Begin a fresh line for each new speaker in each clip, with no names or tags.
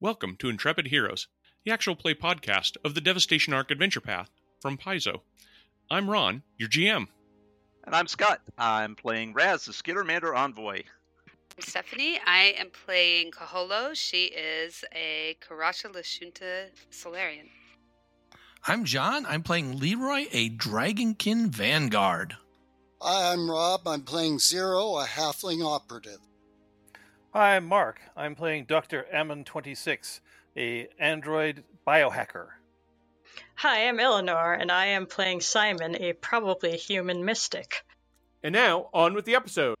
Welcome to Intrepid Heroes, the actual play podcast of the Devastation Arc Adventure Path from Paizo. I'm Ron, your GM.
And I'm Scott. I'm playing Raz, the Skittermander Envoy.
I'm Stephanie. I am playing Kaholo. She is a Karacha Lashunta Solarian.
I'm John. I'm playing Leroy, a Dragonkin Vanguard.
Hi, I'm Rob. I'm playing Zero, a halfling operative.
Hi, I'm Mark. I'm playing Dr. Ammon26, a android biohacker.
Hi, I'm Eleanor, and I am playing Simon, a probably human mystic.
And now, on with the episode.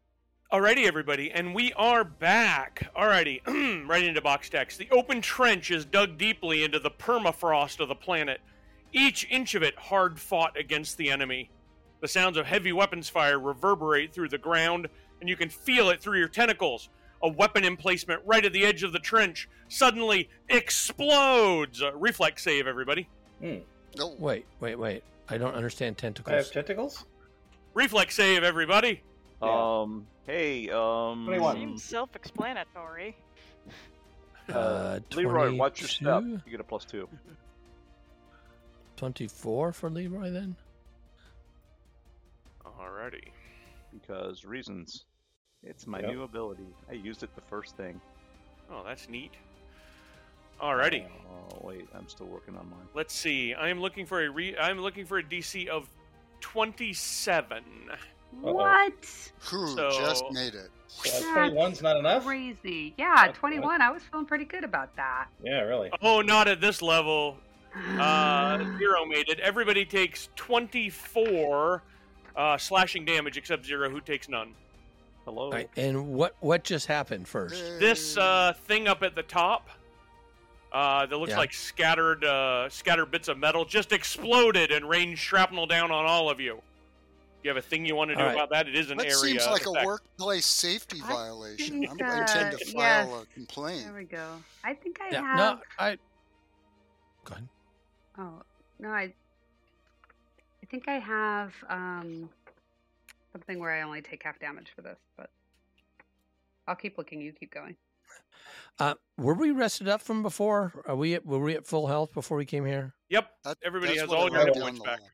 Alrighty, everybody, and we are back. Alrighty, right into box text. The open trench is dug deeply into the permafrost of the planet, each inch of it hard fought against the enemy. The sounds of heavy weapons fire reverberate through the ground, and you can feel it through your tentacles. A weapon emplacement right at the edge of the trench suddenly explodes. Uh, reflex save, everybody.
No,
Wait, wait, wait. I don't understand tentacles.
I have tentacles?
Reflex save, everybody.
Yeah.
Um. Hey. Um.
21.
Seems self-explanatory.
Uh,
Leroy, watch your step.
22?
You get a plus two.
24 for Leroy then?
Alrighty.
because reasons. It's my
Yep.
new ability. I used it the first thing.
Oh, that's neat. Alrighty.
Oh wait, I'm still working on mine.
Let's see. I am looking for a re- I'm looking for a DC of 27.
Uh-oh.
What?
who
So-
just made it?
Uh, 21's not enough?
Crazy. Yeah,
That's
21. I was feeling pretty good about that.
Yeah, really.
Oh, not at this level. Uh, zero made it. Everybody takes 24 uh, slashing damage except Zero, who takes none. Oh.
Hello.
Right, and what what just happened first?
This uh, thing up at the top uh, that looks
Yeah.
like scattered uh, scattered bits of metal just exploded and rained shrapnel down on all of you. Do you have a thing you want to do
All right.
about that? It is an
that
area.
seems like
effect.
a workplace safety
I
violation.
think,
I'm, I intend
uh,
to
yeah.
file a complaint.
There we go. I think I
Yeah,
have.
no, I. Go ahead.
Oh no, I. I think I have um, something where I only take half damage for this, but I'll keep looking. You keep going.
Uh, were we rested up from before? Are we at, were we at full health before we came here?
Yep.
That-
Everybody
that's
has
what
all
it
your
read
hit
down
points
the
back.
line.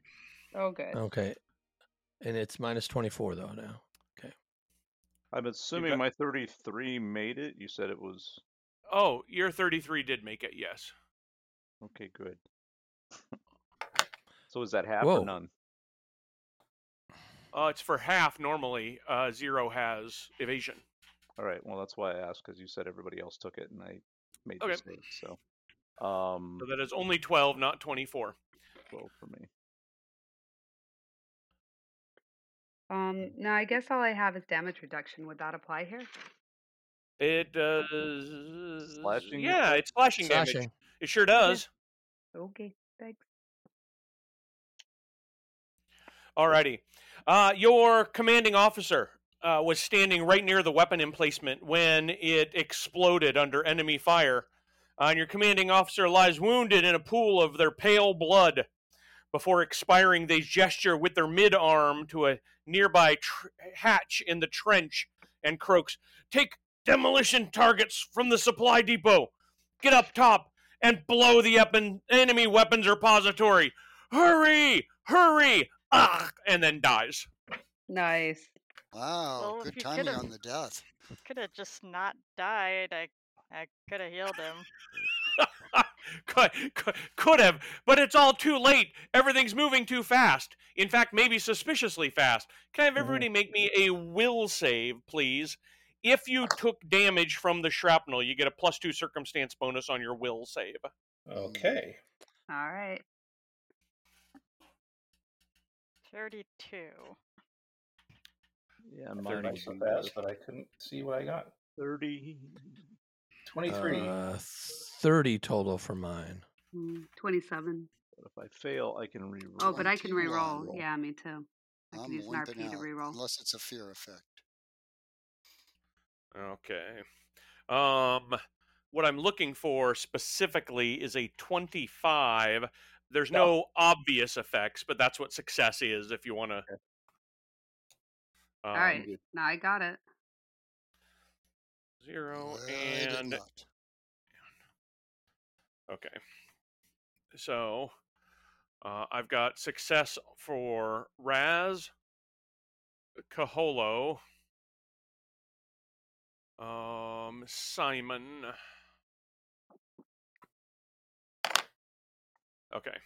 Oh, good.
Okay. And it's minus 24 though now.
I'm assuming
got-
my 33 made it. You said it was
Oh, your 33 did make it. Yes.
okay. Good. so is that half
Whoa.
or none?
Uh, it's for half normally. Uh, zero has evasion.
All right. Well, that's why I asked because you said everybody else took it and I made
Okay.
the mistake. So, um,
So that is only 12, not 24.
12 for me.
Um, no, I guess all I have is damage reduction. Would that apply here?
It does.
Slashing?
Yeah, it's slashing damage.
Slashing.
It sure does.
Okay, thanks.
Alrighty. Uh, your commanding officer uh, was standing right near the weapon emplacement when it exploded under enemy fire. Uh, and your commanding officer lies wounded in a pool of their pale blood. Before expiring, they gesture with their mid arm to a nearby tr- hatch in the trench and croaks Take demolition targets from the supply depot. Get up top and blow the epen- enemy weapons repository. Hurry! Hurry! ah, and then dies.
Nice.
Wow,
Oh,
Well, if
good
you
timing
could've-
on the death.
Could have just not died. I, I could have healed him.
Could, could, could have, but it's all too late. Everything's moving too fast. In fact, maybe suspiciously fast. Can I have everybody
Mm-hmm.
make me a will save, please? If you took damage from the shrapnel, you get a plus two circumstance bonus on your will save.
Okay.
All right.
Thirty-two.
Yeah,
I
mine
third
was
so
uh,
fast, but I couldn't see what I got.
30.
23.
Uh, 30 total for mine.
Mm, Twenty-seven.
But if I fail, I can reroll.
Oh, but I can
21
reroll.
roll.
Yeah, me too. I can
I'm
use an
wimping
RP to
out,
reroll.
Unless it's a fear effect.
Okay. Um, what I'm looking for specifically is a 25. There's no,
No.
obvious effects, but that's what success is if you Um, want to.
All right. Now I got it.
Zero
I did
and
not.
Okay. So uh, I've got success for Raz, Caholo, um, Simon. Okay.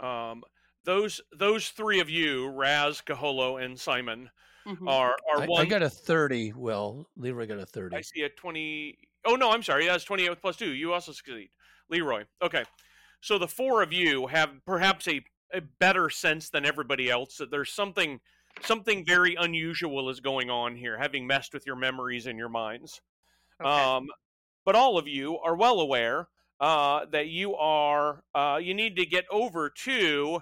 Um, those those three of you, Raz, Caholo, and Simon,
Mm-hmm. Hmm.
are are
I,
one.
I got a thirty. Will Leroy got a thirty?
I see a 20. Oh, no, I'm sorry. That's 28 plus 2. You also succeed. Leroy. Okay. So the four of you have perhaps a, a better sense than everybody else that there's something something very unusual is going on here, having messed with your memories and your minds. Um, but all of you are well aware uh, that you are uh, you need to get over to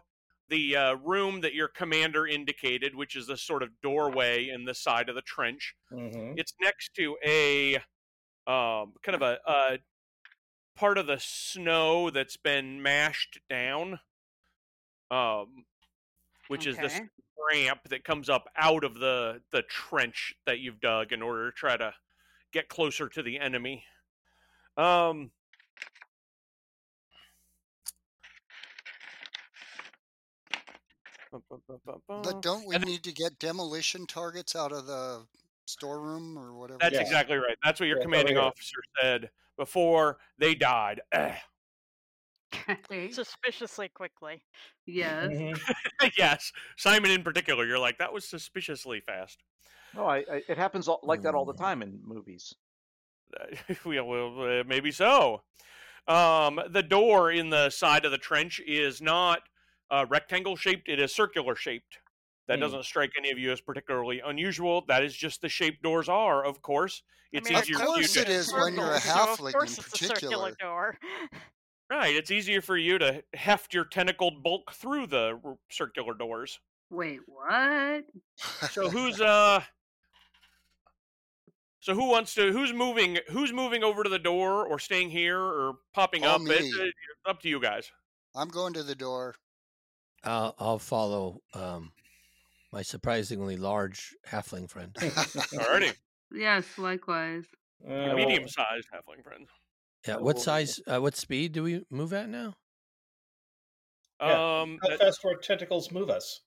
the uh, room that your commander indicated, which is this sort of doorway in the side of the trench.
Mm-hmm.
It's next to a um, kind of a, a part of the snow that's been mashed down, um, which is this
Okay.
ramp that comes up out of the the trench that you've dug in order to try to get closer to the enemy. Um, oh,
But don't we need to get demolition targets out of the storeroom or whatever?
That's exactly right. That's what your
Yeah, it's over
commanding
here.
officer said before they died. Eh, Ugh.
Suspiciously quickly.
Yes.
Mm-hmm.
yes, Simon in particular. You're like that was suspiciously fast.
No, I, I it happens all, like that all the time in movies.
well, well, uh, maybe so. Um, the door in the side of the trench is not uh, rectangle shaped; it is circular shaped. That
Hmm.
doesn't strike any of you as particularly unusual. That is just the shape doors are, of course. It's
mean, Of
easier.
course
for you
it
to,
is when you're a
circles, so
halfling
of
in
course it's a circular
particular.
door.
Right, it's easier for you to heft your tentacled bulk through the r- circular doors.
Wait, what?
So who's uh So who wants to who's moving who's moving over to the door or staying here or popping
All
up? It's
me.
uh, up to you guys.
I'm going to the door.
I'll, I'll follow um, my surprisingly large halfling friend.
Alrighty.
Yes, likewise.
Uh,
Medium sized halfling friends.
Yeah, what size? Uh, what speed do we move at now?
Yeah.
Um
How
that-
fast will our tentacles move us?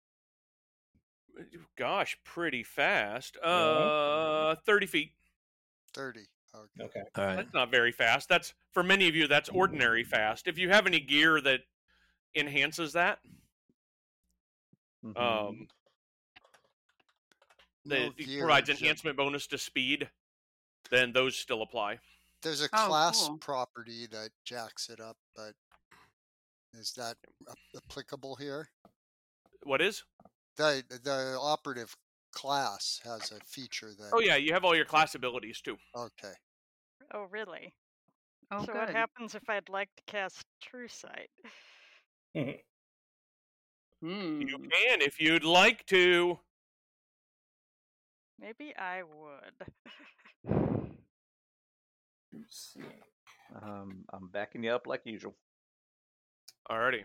gosh, pretty fast.
Yeah.
Uh thirty feet.
30. Okay.
Okay.
All right.
That's not very fast. That's for many of you that's ordinary fast. If you have any gear that enhances that,
Mm-hmm.
um
No
that
gear,
provides
just-
enhancement bonus to speed, then those still apply.
There's a
Oh,
class
cool.
property that jacks it up, but is that a- applicable here?
What is?
The the operative class has a feature that.
Oh yeah, you have all your class abilities too.
Okay.
oh, really?
Oh,
so
good.
what happens if I'd like to cast True Sight?
You
Hmm.
can if you'd like to.
Maybe I would.
Um, I'm backing you up like usual.
Alrighty.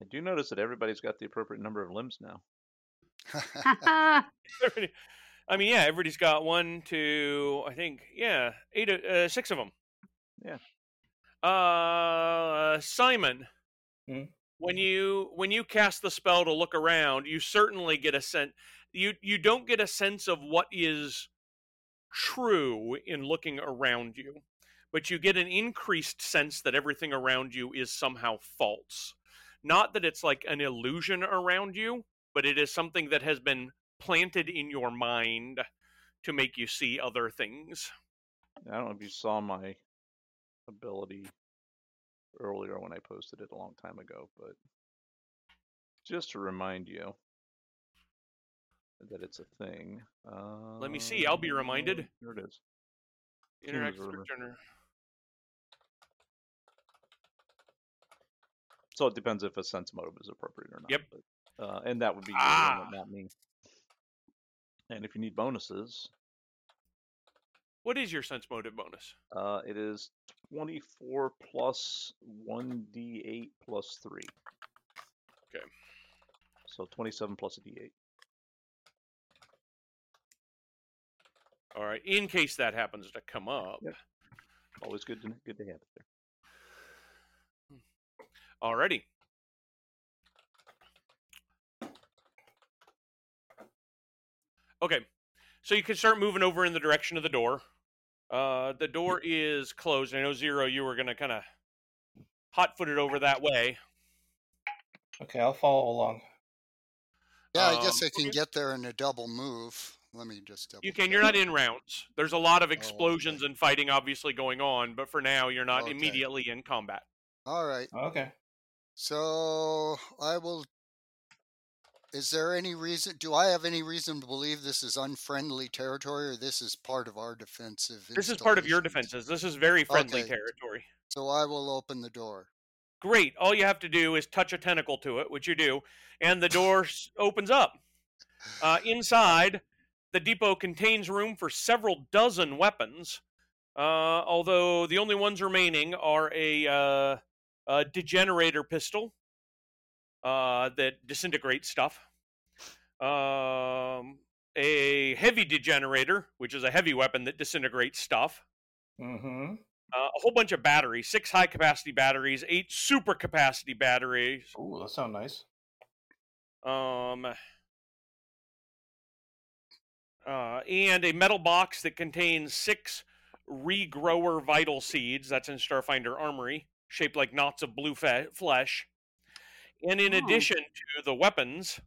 I do notice that everybody's got the appropriate number of limbs now.
Oh,
Everybody- I mean, yeah, everybody's got one, two, I think, yeah, eight, o- uh, six of them.
Yeah.
Uh, Simon,
Hmm?
when you when you cast the spell to look around, you certainly get a sense. You you don't get a sense of what is true in looking around you, but you get an increased sense that everything around you is somehow false. Not that it's like an illusion around you, but it is something that has been planted in your mind to make you see other things.
I don't know if you saw my ability earlier when I posted it a long time ago, but just to remind you that it's a thing. Uh,
me see, I'll be reminded.
There it is. Team
Interact with
observer.
returner.
So it depends if a sense motive is appropriate or not.
Yep.
but, uh, and that would be you,
Ah.
and not me. And if you need bonuses,
What is your sense motive bonus?
uh, it is 24 plus 1d8 plus 3.
Okay.
So 27 plus a d8.
All right, in case that happens to come up.
Yep. Always good to good to have it there.
Alrighty. Okay, so you can start moving over in the direction of the door. Uh, the door is closed. I know Zero, you were gonna kind of hot-foot it over that way.
Okay, I'll follow along.
Yeah, I guess
Um,
I can
okay.
get there in a double move. Let me just double.
You can. You're not in rounds. There's a
Oh,
lot of explosions and fighting, obviously, going on. But for now, you're not
Okay.
immediately in combat.
All right.
Okay.
So I will. Is there any reason? Do I have any reason to believe this is unfriendly territory, or this is part of our defensive?
This is part of your
installation?
defenses. This is very friendly
Okay.
territory.
So I will open the door.
Great. All you have to do is touch a tentacle to it, which you do, and the door s- opens up. Uh, inside, the depot contains room for several dozen weapons, uh, although the only ones remaining are a, uh, a degenerator pistol uh, that disintegrates stuff, um, a heavy degenerator, which is a heavy weapon that disintegrates stuff
Mm-hmm.
uh, a whole bunch of batteries six high capacity batteries eight super capacity batteries
Ooh, that sounds nice.
um uh, and a metal box that contains six regrower vital seeds that's in starfinder armory shaped like knots of blue fe- flesh and in
Oh.
addition to the weapons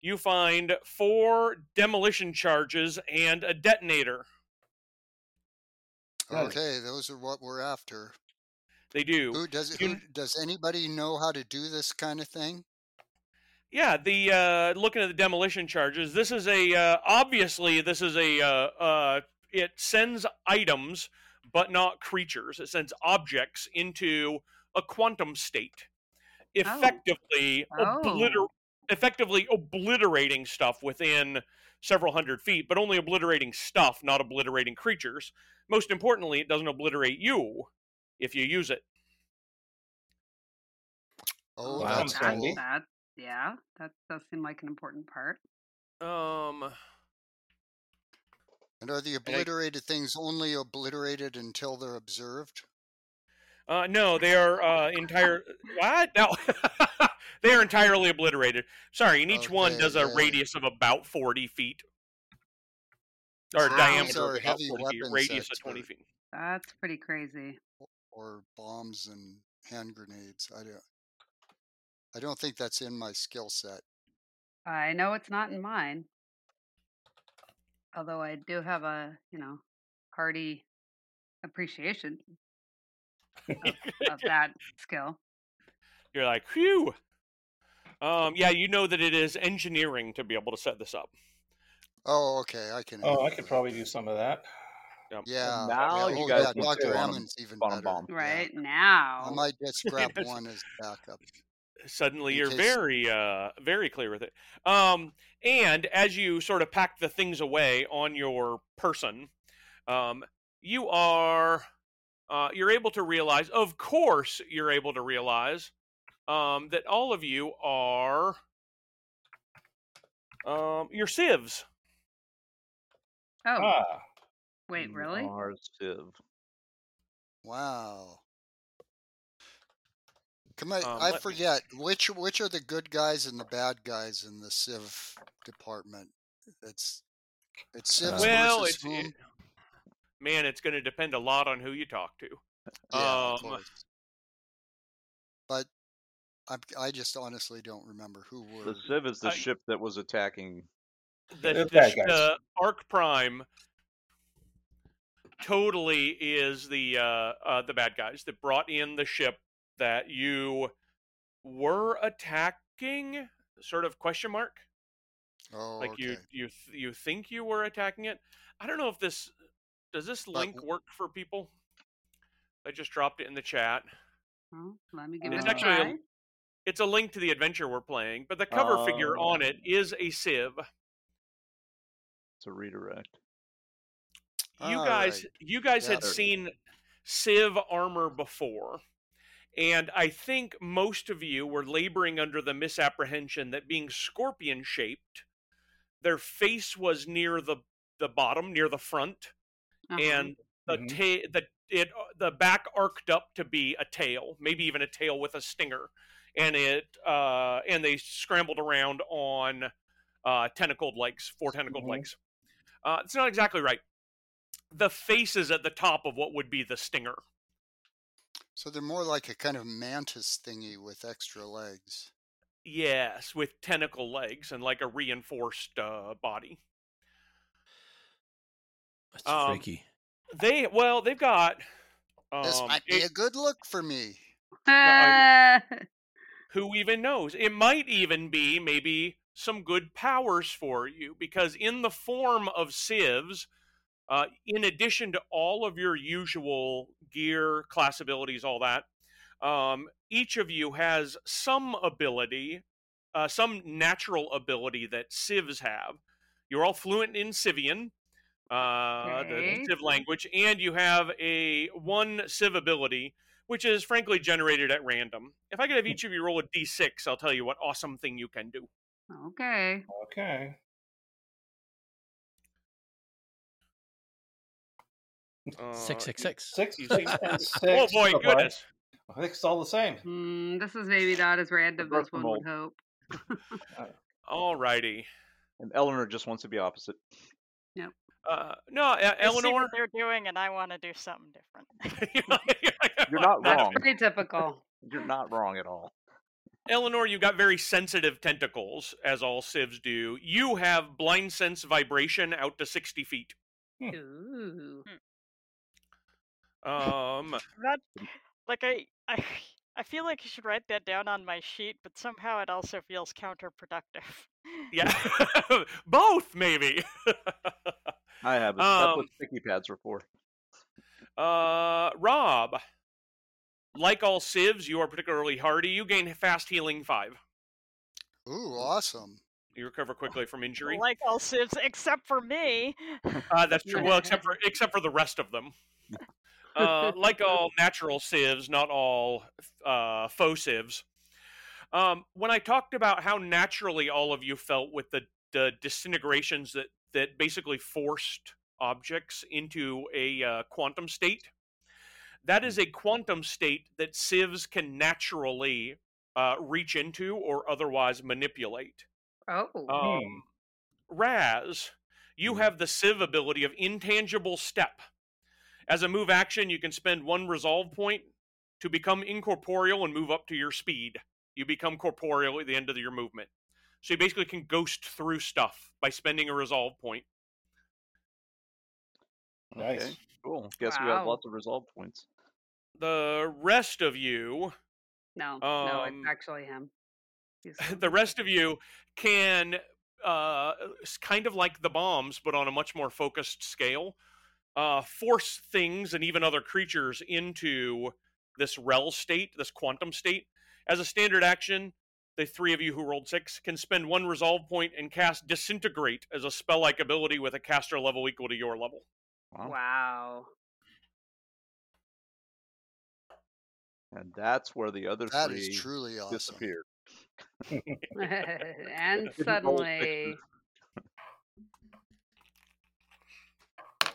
you find four demolition charges and a detonator
Right.
Okay, those are what we're after.
they do
Who does
You-
who does anybody know how to do this kind of thing?
Yeah, the uh, looking at the demolition charges. This is a uh, obviously this is a uh, uh, it sends items, but not creatures. It sends objects into a quantum state, effectively obliter-
Oh.
effectively obliterating stuff within several hundred feet, but only obliterating stuff, not obliterating creatures. Most importantly, it doesn't obliterate you if you use it.
Oh,
Wow.
that's
Sounds
that,
cool.
handy.
that, yeah, that does seem like an important part.
Um,
And are the obliterated things only obliterated until they're observed?
Uh, no, they are uh, entire. what? No, they are entirely obliterated. Sorry, and each one
Okay,
does a
yeah.
radius of about forty feet, or
So these
diameter
are
of about
heavy
forty feet,
weapons
radius of twenty
expert.
feet.
That's pretty crazy.
Or bombs and hand grenades? I don't. I don't think that's in my skill set.
I know it's not in mine. Although I do have a, you know, hearty appreciation of that skill.
You're like, whew. Um, yeah, you know that it is engineering to be able to set this up.
Oh, okay, I can.
Oh, I
handle
could
that.
probably do some of that.
Yeah.
now
yeah,
you
oh,
guys
yeah,
can
Dr.
sit on 'em
Ammon's even
on 'em
better.
bomb.
yeah.
Right
I
now.
might just grab
Yes.
one as backup.
suddenly
In
you're
case-
very uh very clear with it um and as you sort of pack the things away on your person um you are uh you're able to realize of course you're able to realize um that all of you are um your sieves
Oh,
Ah,
wait,
Mm,
You
really?
are Civ.
Wow. Come on,
Um,
I
let me-
forget which which are the good guys and the bad guys in the Civ department. It's it's Civs
Uh, well
versus
it's
whom?
it- man it's going to depend a lot on who you talk to
yeah,
um,
of course. But I I just honestly don't remember who were.
The Civ is the
Uh,
ship that was attacking.
the,
They're
the,
bad
sh-
guys.
the Arc Prime totally is the uh, uh, the bad guys that brought in the ship that you were attacking. Sort of question mark?
Oh,
like
okay.
you you th- you think you were attacking it? I don't know if this does this link
w-
work for people. I just dropped it in the chat.
Well, let me give
It's
it a
actually a-
try.
It's a link to the adventure we're playing, but the cover figure on it
Um
is a sieve.
It's a redirect.
you
All
guys
right.
you guys had
Got it.
seen civ armor before and i think most of you were laboring under the misapprehension that being scorpion shaped their face was near the the bottom near the front
Uh-huh.
and the ta- the it uh, the back arced up to be a tail, maybe even a tail with a stinger, and it uh, and they scrambled around on uh, tentacled legs, four tentacled
Mhm.
legs. Uh, it's not exactly right. The face is at the top of what would be the stinger.
So they're more like a kind of mantis thingy with extra legs.
Yes, with tentacle legs and like a reinforced uh, body.
That's
Um,
freaky.
They well, they've got. Um,
this might be
it-
a good look for me.
who even knows? It might even be maybe some good powers for you because in the form of sieves, uh, in addition to all of your usual gear, class abilities, all that, um, each of you has some ability, uh, some natural ability that sieves have. You're all fluent in Civian, uh,
Okay.
the Civ language, and you have a one Civ ability, which is frankly generated at random. If I could have each of you roll a d6, I'll tell you what awesome thing you can do.
okay.
Okay.
Uh,
Six, six, six.
Six,
You
six,
see-
and six.
Oh boy,
All right.
goodness.
I think it's all the same.
Mm, this is maybe not as random
Reverse
as one
mold.
would hope.
Alrighty.
And Eleanor just wants to be opposite.
Uh, no, E-
I see
Eleanor.
what they're doing, and I want to do something different.
You're not
That's
wrong.
Pretty typical.
You're not wrong at all.
Eleanor, you got very sensitive tentacles, as all civs do. You have blind sense vibration out to 60 feet.
Ooh.
Hmm. Um,
That, like I, I, I feel like you should write that down on my sheet, but somehow it also feels counterproductive.
yeah, both maybe.
I have. This. That's what
Um,
sticky pads were for.
Uh, Rob, like all civs, you are particularly hardy. You gain fast healing five.
Ooh, awesome.
You recover quickly from injury.
Like all sieves, except for me.
Uh, that's true. Well, except for except for the rest of them. Uh, like all natural sieves, not all uh, faux sieves. Um, when I talked about how naturally all of you felt with the, the disintegrations that that basically forced objects into a uh, quantum state, that is a quantum state that sieves can naturally uh, reach into or otherwise manipulate.
Oh.
Um, Raz, you have the Civ ability of Intangible Step. As a move action, you can spend one resolve point to become incorporeal and move up to your speed. You become corporeal at the end of your movement. So you basically can ghost through stuff by spending a resolve point.
Nice.
Okay. Cool. Guess we have
Wow.
lots of resolve points.
The rest of you,
No, no, it's
um,
actually him. He's
the rest of you can uh s- kind of like the bombs but on a much more focused scale uh force things and even other creatures into this rel state this quantum state as a standard action the three of you who rolled six can spend one resolve point and cast disintegrate as a spell like ability with a caster level equal to your level
Wow.
wow.
And that's where the other
That
three
is truly awesome.
disappeared.
and
Roll
suddenly,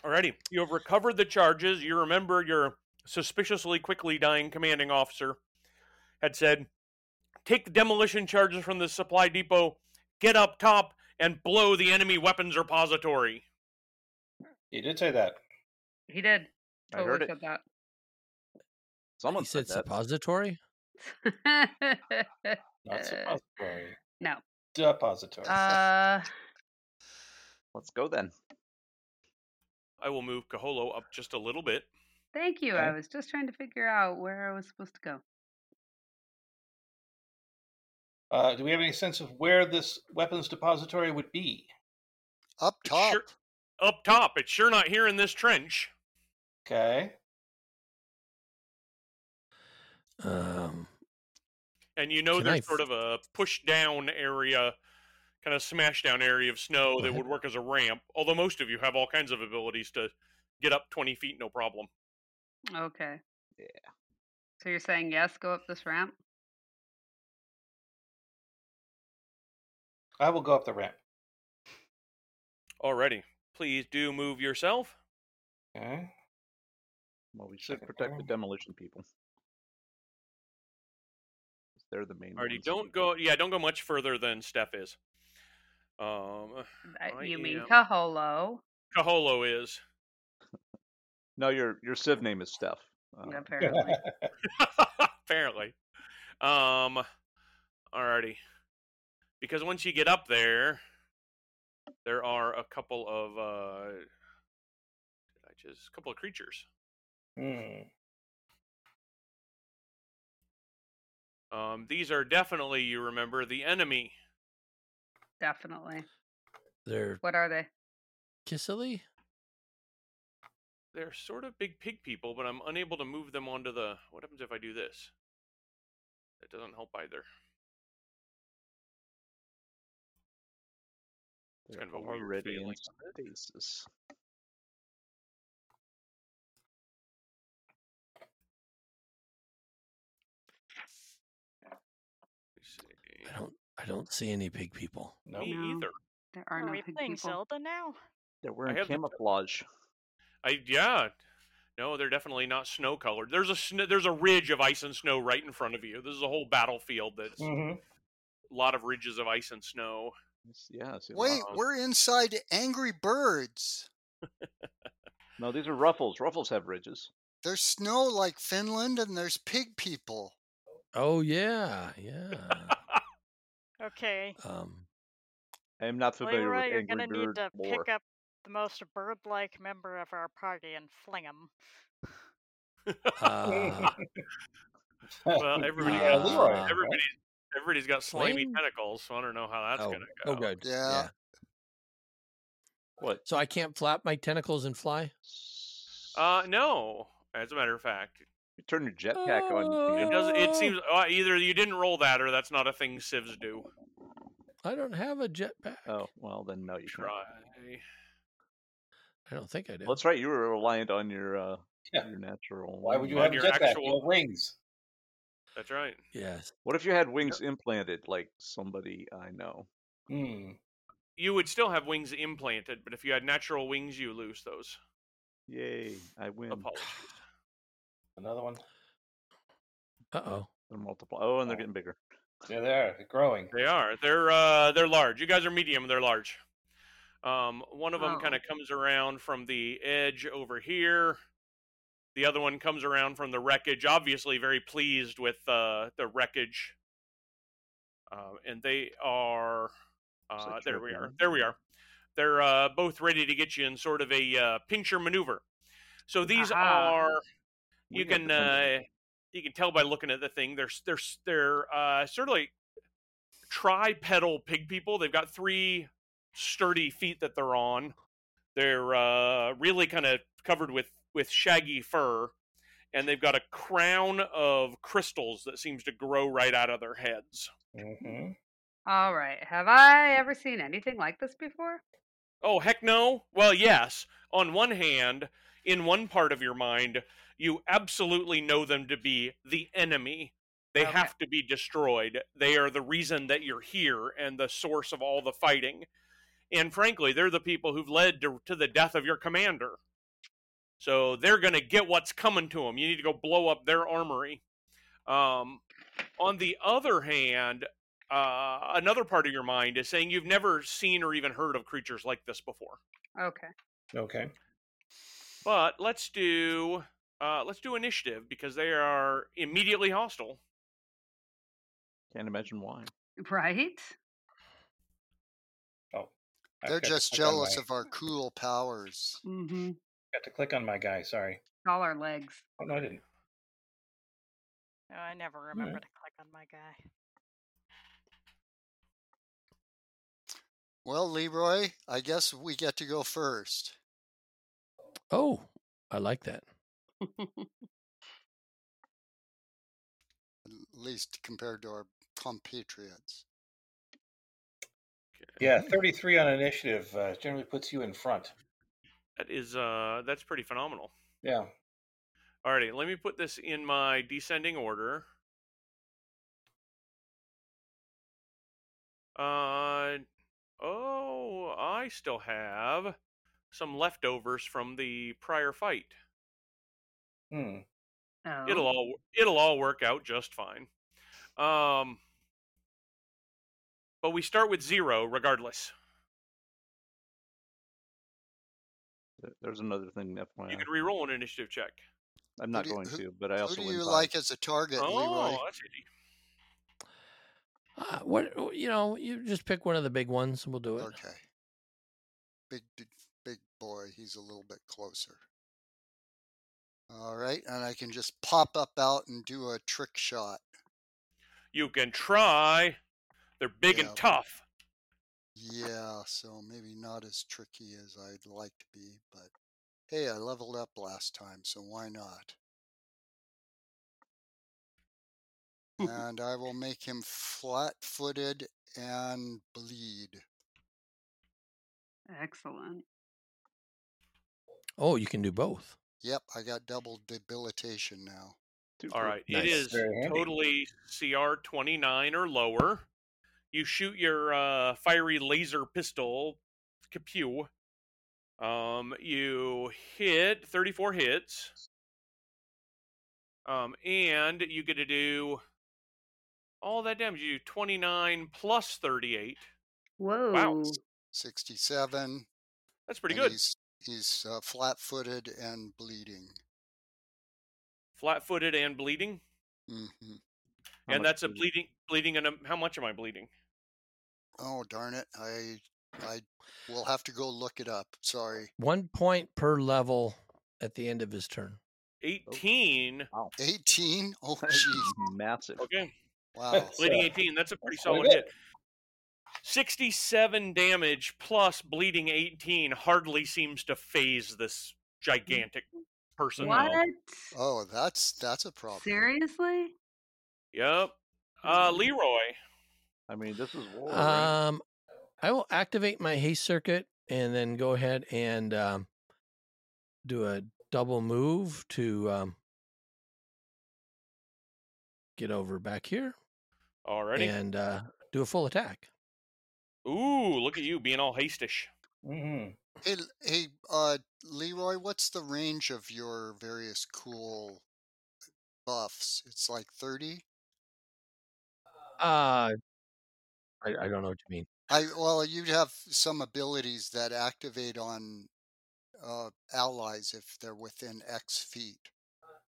alrighty you have recovered the charges you remember your suspiciously quickly dying commanding officer had said, Take the demolition charges from the supply depot, get up top, and blow the enemy weapons repository.
You did say that.
he did.
I heard
Totally
it.
said that.
Someone
He said
that.
suppository.
Not
Uh,
suppository.
no.
Depository.
Uh,
Let's go then.
I will move Kaholo up just a little bit.
thank you. I
Okay.
was just trying to figure out where I was supposed to go.
Uh, do we have any sense of where this weapons depository would be?
Up
It's
top.
Sure, up top. It's sure not here in this trench.
Okay.
Um,
And you know
Can I
there's
f-
sort of a push down area, kind of smash down area of snow
Go
that
ahead.
would work as a ramp, although most of you have all kinds of abilities to get up 20 feet no problem.
Okay.
Yeah.
So you're saying yes, go up this ramp?
I will go up the ramp.
Alrighty. Please do move yourself.
Okay.
Well, we should
Second
protect the
round.
demolition people. They're the main.
Alrighty,
ones.
don't go. Yeah, don't go much further than Steph is. Um,
Uh,
Oh,
I
you mean
am-
Kaholo?
Kaholo is.
No, your your civ name is Steph. Uh,
Apparently.
apparently. Um, alrighty. Because once you get up there, there are a couple of uh, did I just a couple of creatures.
Hmm.
Um, these are definitely you remember the enemy.
Definitely.
They're
What are they?
Kissily?
They're sort of big pig people, but I'm unable to move them onto the. What happens if I do this? That doesn't help either.
They're
kind of a weird
already in
feeling.
stasis.
I don't I don't see any pig people.
No.
Me
No.
either.
There are
Are
no
we
pig
playing
people.
Zelda now?
They're wearing
have the-
camouflage.
I yeah. No, they're definitely not snow colored. There's a sn- there's a ridge of ice and snow right in front of you. This is a whole battlefield that's
Mhm.
a lot of ridges of ice and snow.
Yes, Yeah. see,
Wait,
Wow.
we're inside Angry Birds.
No, these are ruffles. Ruffles have ridges.
There's snow like Finland, and there's pig people.
Oh yeah, yeah.
Okay.
um
I am not familiar
Leroy, you're
with Angry
gonna need
Bird
to
lore.
pick up the most bird-like member of our party and fling him.
Mm-hmm.
uh,
Well, everybody
Uh,
got
Leroy,
everybody everybody's got slimy
Flame?
tentacles, so I don't know how that's
oh,
gonna go.
oh good.
Yeah.
What?
So I can't flap my tentacles and fly?
Uh, no. As a mamatter of fact,
You turn your jetpack on.
it
you
Uh,
can-
does. It seems uh, either you didn't roll that, or that's not a thing civs do.
I don't have a jetpack.
Oh well, then no, you can't.
Try.
I don't think I do.
Well, that's right. You were reliant on your uh,
Yeah.
your natural.
Why would you
On
have a
your
jetpack? You
actual-
have wings.
That's right.
Yes.
What if you had wings implanted, like somebody I know?
Hmm.
You would still have wings implanted, but if you had natural wings, you lose those.
Yay! I win.
Apologies.
Another one.
Uh oh.
They're multiply. Oh, and they're
Oh.
getting bigger.
There they are. They're growing.
They are. They're uh they're large. You guys are medium, they're large. Um one of them
Oh.
kind of comes around from the edge over here. The other one comes around from the wreckage, obviously very pleased with uh the wreckage. Um and they are
that
uh there we
tripping?
are. There we are. They're uh both ready to get you in sort of a uh pincher maneuver. So these
Aha.
are
We
you
have
can uh,
defenses.
you can tell by looking at the thing. They're s- they're s- they're uh, sort of like tripedal pig people. They've got three sturdy feet that they're on. They're uh, really kind of covered with with shaggy fur, and they've got a crown of crystals that seems to grow right out of their heads.
hmm
All right. Have I ever seen anything like this before?
Oh heck no! Well, yes. On one hand, in one part of your mind, you absolutely know them to be the enemy. They
Okay.
have to be destroyed. They are the reason that you're here and the source of all the fighting. And frankly, they're the people who've led to, to the death of your commander. So they're going to get what's coming to them. You need to go blow up their armory. Um, on the other hand, uh, another part of your mind is saying you've never seen or even heard of creatures like this before.
Okay.
Okay.
But let's do uh, let's do initiative because they are immediately hostile.
Can't imagine why.
Right?
Oh. I've
They're
got to
just
click on
jealous
my-
of our cool powers.
Mm-hmm.
Got to click on my guy. Sorry.
All our legs.
Oh no, I didn't.
Oh, I never remember to click on my guy.
Well, Leroy, I guess we get to go first.
Oh, I like that.
At least compared to our compatriots.
Yeah, 33 on initiative uh, generally puts you in front.
That is uh, that's pretty phenomenal.
Yeah.
Alrighty, let me put this in my descending order. Uh oh, I still have some leftovers from the prior fight.
Hmm.
Oh.
It'll all it'll all work out just fine. Um, but we start with zero regardless.
There- There's another thing, FYI.
You can re-roll an initiative check.
I'm not
do you-
going to, but I
Who
also
do
win
you
five.
like as a target,
oh,
Leroy?
that's easy.
Uh, what you know, you just pick one of the big ones and we'll do it.
Okay. Big, big, big boy. He's a little bit closer. All right, and I can just pop up out and do a trick shot.
You can try. They're big
Yeah.
and tough.
Yeah, so maybe not as tricky as I'd like to be, but hey, I leveled up last time, so why not? and I will make him flat footed and bleed.
Excellent.
Oh, you can do both.
Yep, I got double debilitation now.
Two
All
for-
right,
Nice.
it is
Very handy.
totally CR twenty nine or lower. You shoot your uh, fiery laser pistol, kapew. Um, you hit thirty four hits. Um, and you get to do all that damage. You twenty nine plus thirty eight.
Whoa.
67.
That's pretty
and
good.
He's, he's uh, flat footed and bleeding.
Flat footed and bleeding,
hmm
How
and
much
that's a
is it?
bleeding bleeding. And a, how much am I bleeding?
Oh, darn it. I, I will have to go look it up. Sorry.
One point per level at the end of his turn.
Oh.
Eighteen.
18? Oh,
That is
jeez.
Massive.
Okay.
Wow.
Bleeding
Yeah.
18. That's a pretty
That's pretty
solid
good.
hit. 67 damage plus bleeding 18 hardly seems to phase this gigantic person. at all.
What?
Oh, that's that's a problem.
Seriously?
Yep. Uh, Leroy.
I mean, this is war. right?
Um, I will activate my haste circuit and then go ahead and um, do a double move to um, get over back here
Already.
and uh, do a full attack.
Ooh, look at you being all hastish.
Mm-hmm.
Hey, L- hey, uh, Leroy, what's the range of your various cool buffs? It's like 30?
Uh, I, I don't know what you mean.
I well, you have some abilities that activate on uh, allies if they're within X feet.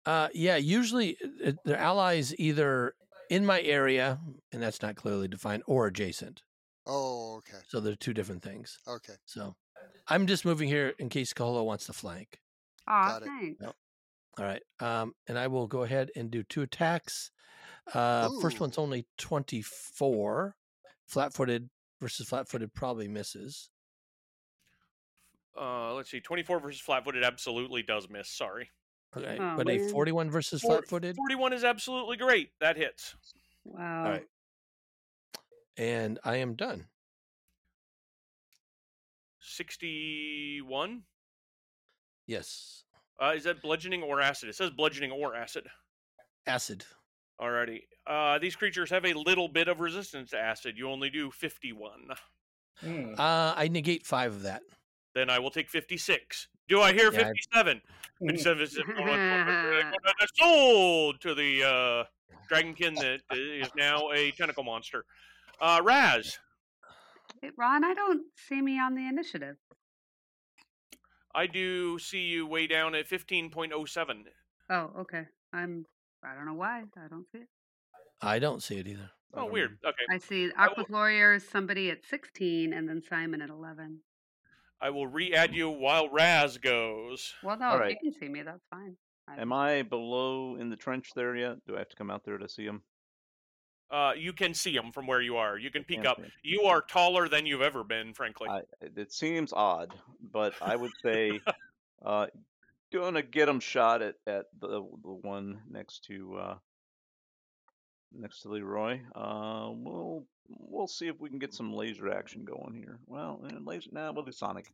Uh, yeah, usually uh, their allies either in my area, and that's not clearly defined, or adjacent.
Oh, okay,
So they're two different things.
okay.
So I'm just moving here in case Kaholo wants to flank.
Aw,
Got it.
thanks.
All right. Um, and I will go ahead and do two attacks. Uh, first one's
Ooh.
only 24. Flat footed versus flat footed probably misses.
Uh, let's see. 24 versus flat footed absolutely does miss. Sorry.
Okay.
Oh,
but a
man.
41 versus
Four-
flat footed.
41 is absolutely great. That hits.
Wow.
All right. And I am done.
61.
Yes.
Uh, is that bludgeoning or acid? It says bludgeoning or acid.
Acid.
Alrighty. Uh, these creatures have a little bit of resistance to acid. You only do 51.
Mm.
Uh, I negate five of that.
Then I will take 56. Do I hear
Yeah, I-
57? 57 is Oh, a soul to the uh, dragonkin that uh, is now a tentacle monster. Uh, Raz,
Hey, Ron, I don't see me on the initiative.
I do see you way down at 15.07.
Oh, okay. I'm. I don't know why. I don't see it.
I don't see it either.
I
Oh,
don't
weird. Okay.
I see
I will-
Aquaflorier is somebody at 16 and then Simon at 11.
I will re add you while Raz goes.
Well, no,
All
if
right.
you can see me, that's fine.
know. Am I below in the trench there yet? Do I have to come out there to see him?
Uh, you can see him from where you are. You can peek
can't
up.
see 'em.
You are taller than you've ever been, frankly.
I, it seems odd, but I would say uh, gonna get him shot at, at the the one next to uh, next to Leroy. Uh, we'll we'll see if we can get some laser action going here. Well, eh, laser. Nah, we'll do Sonic.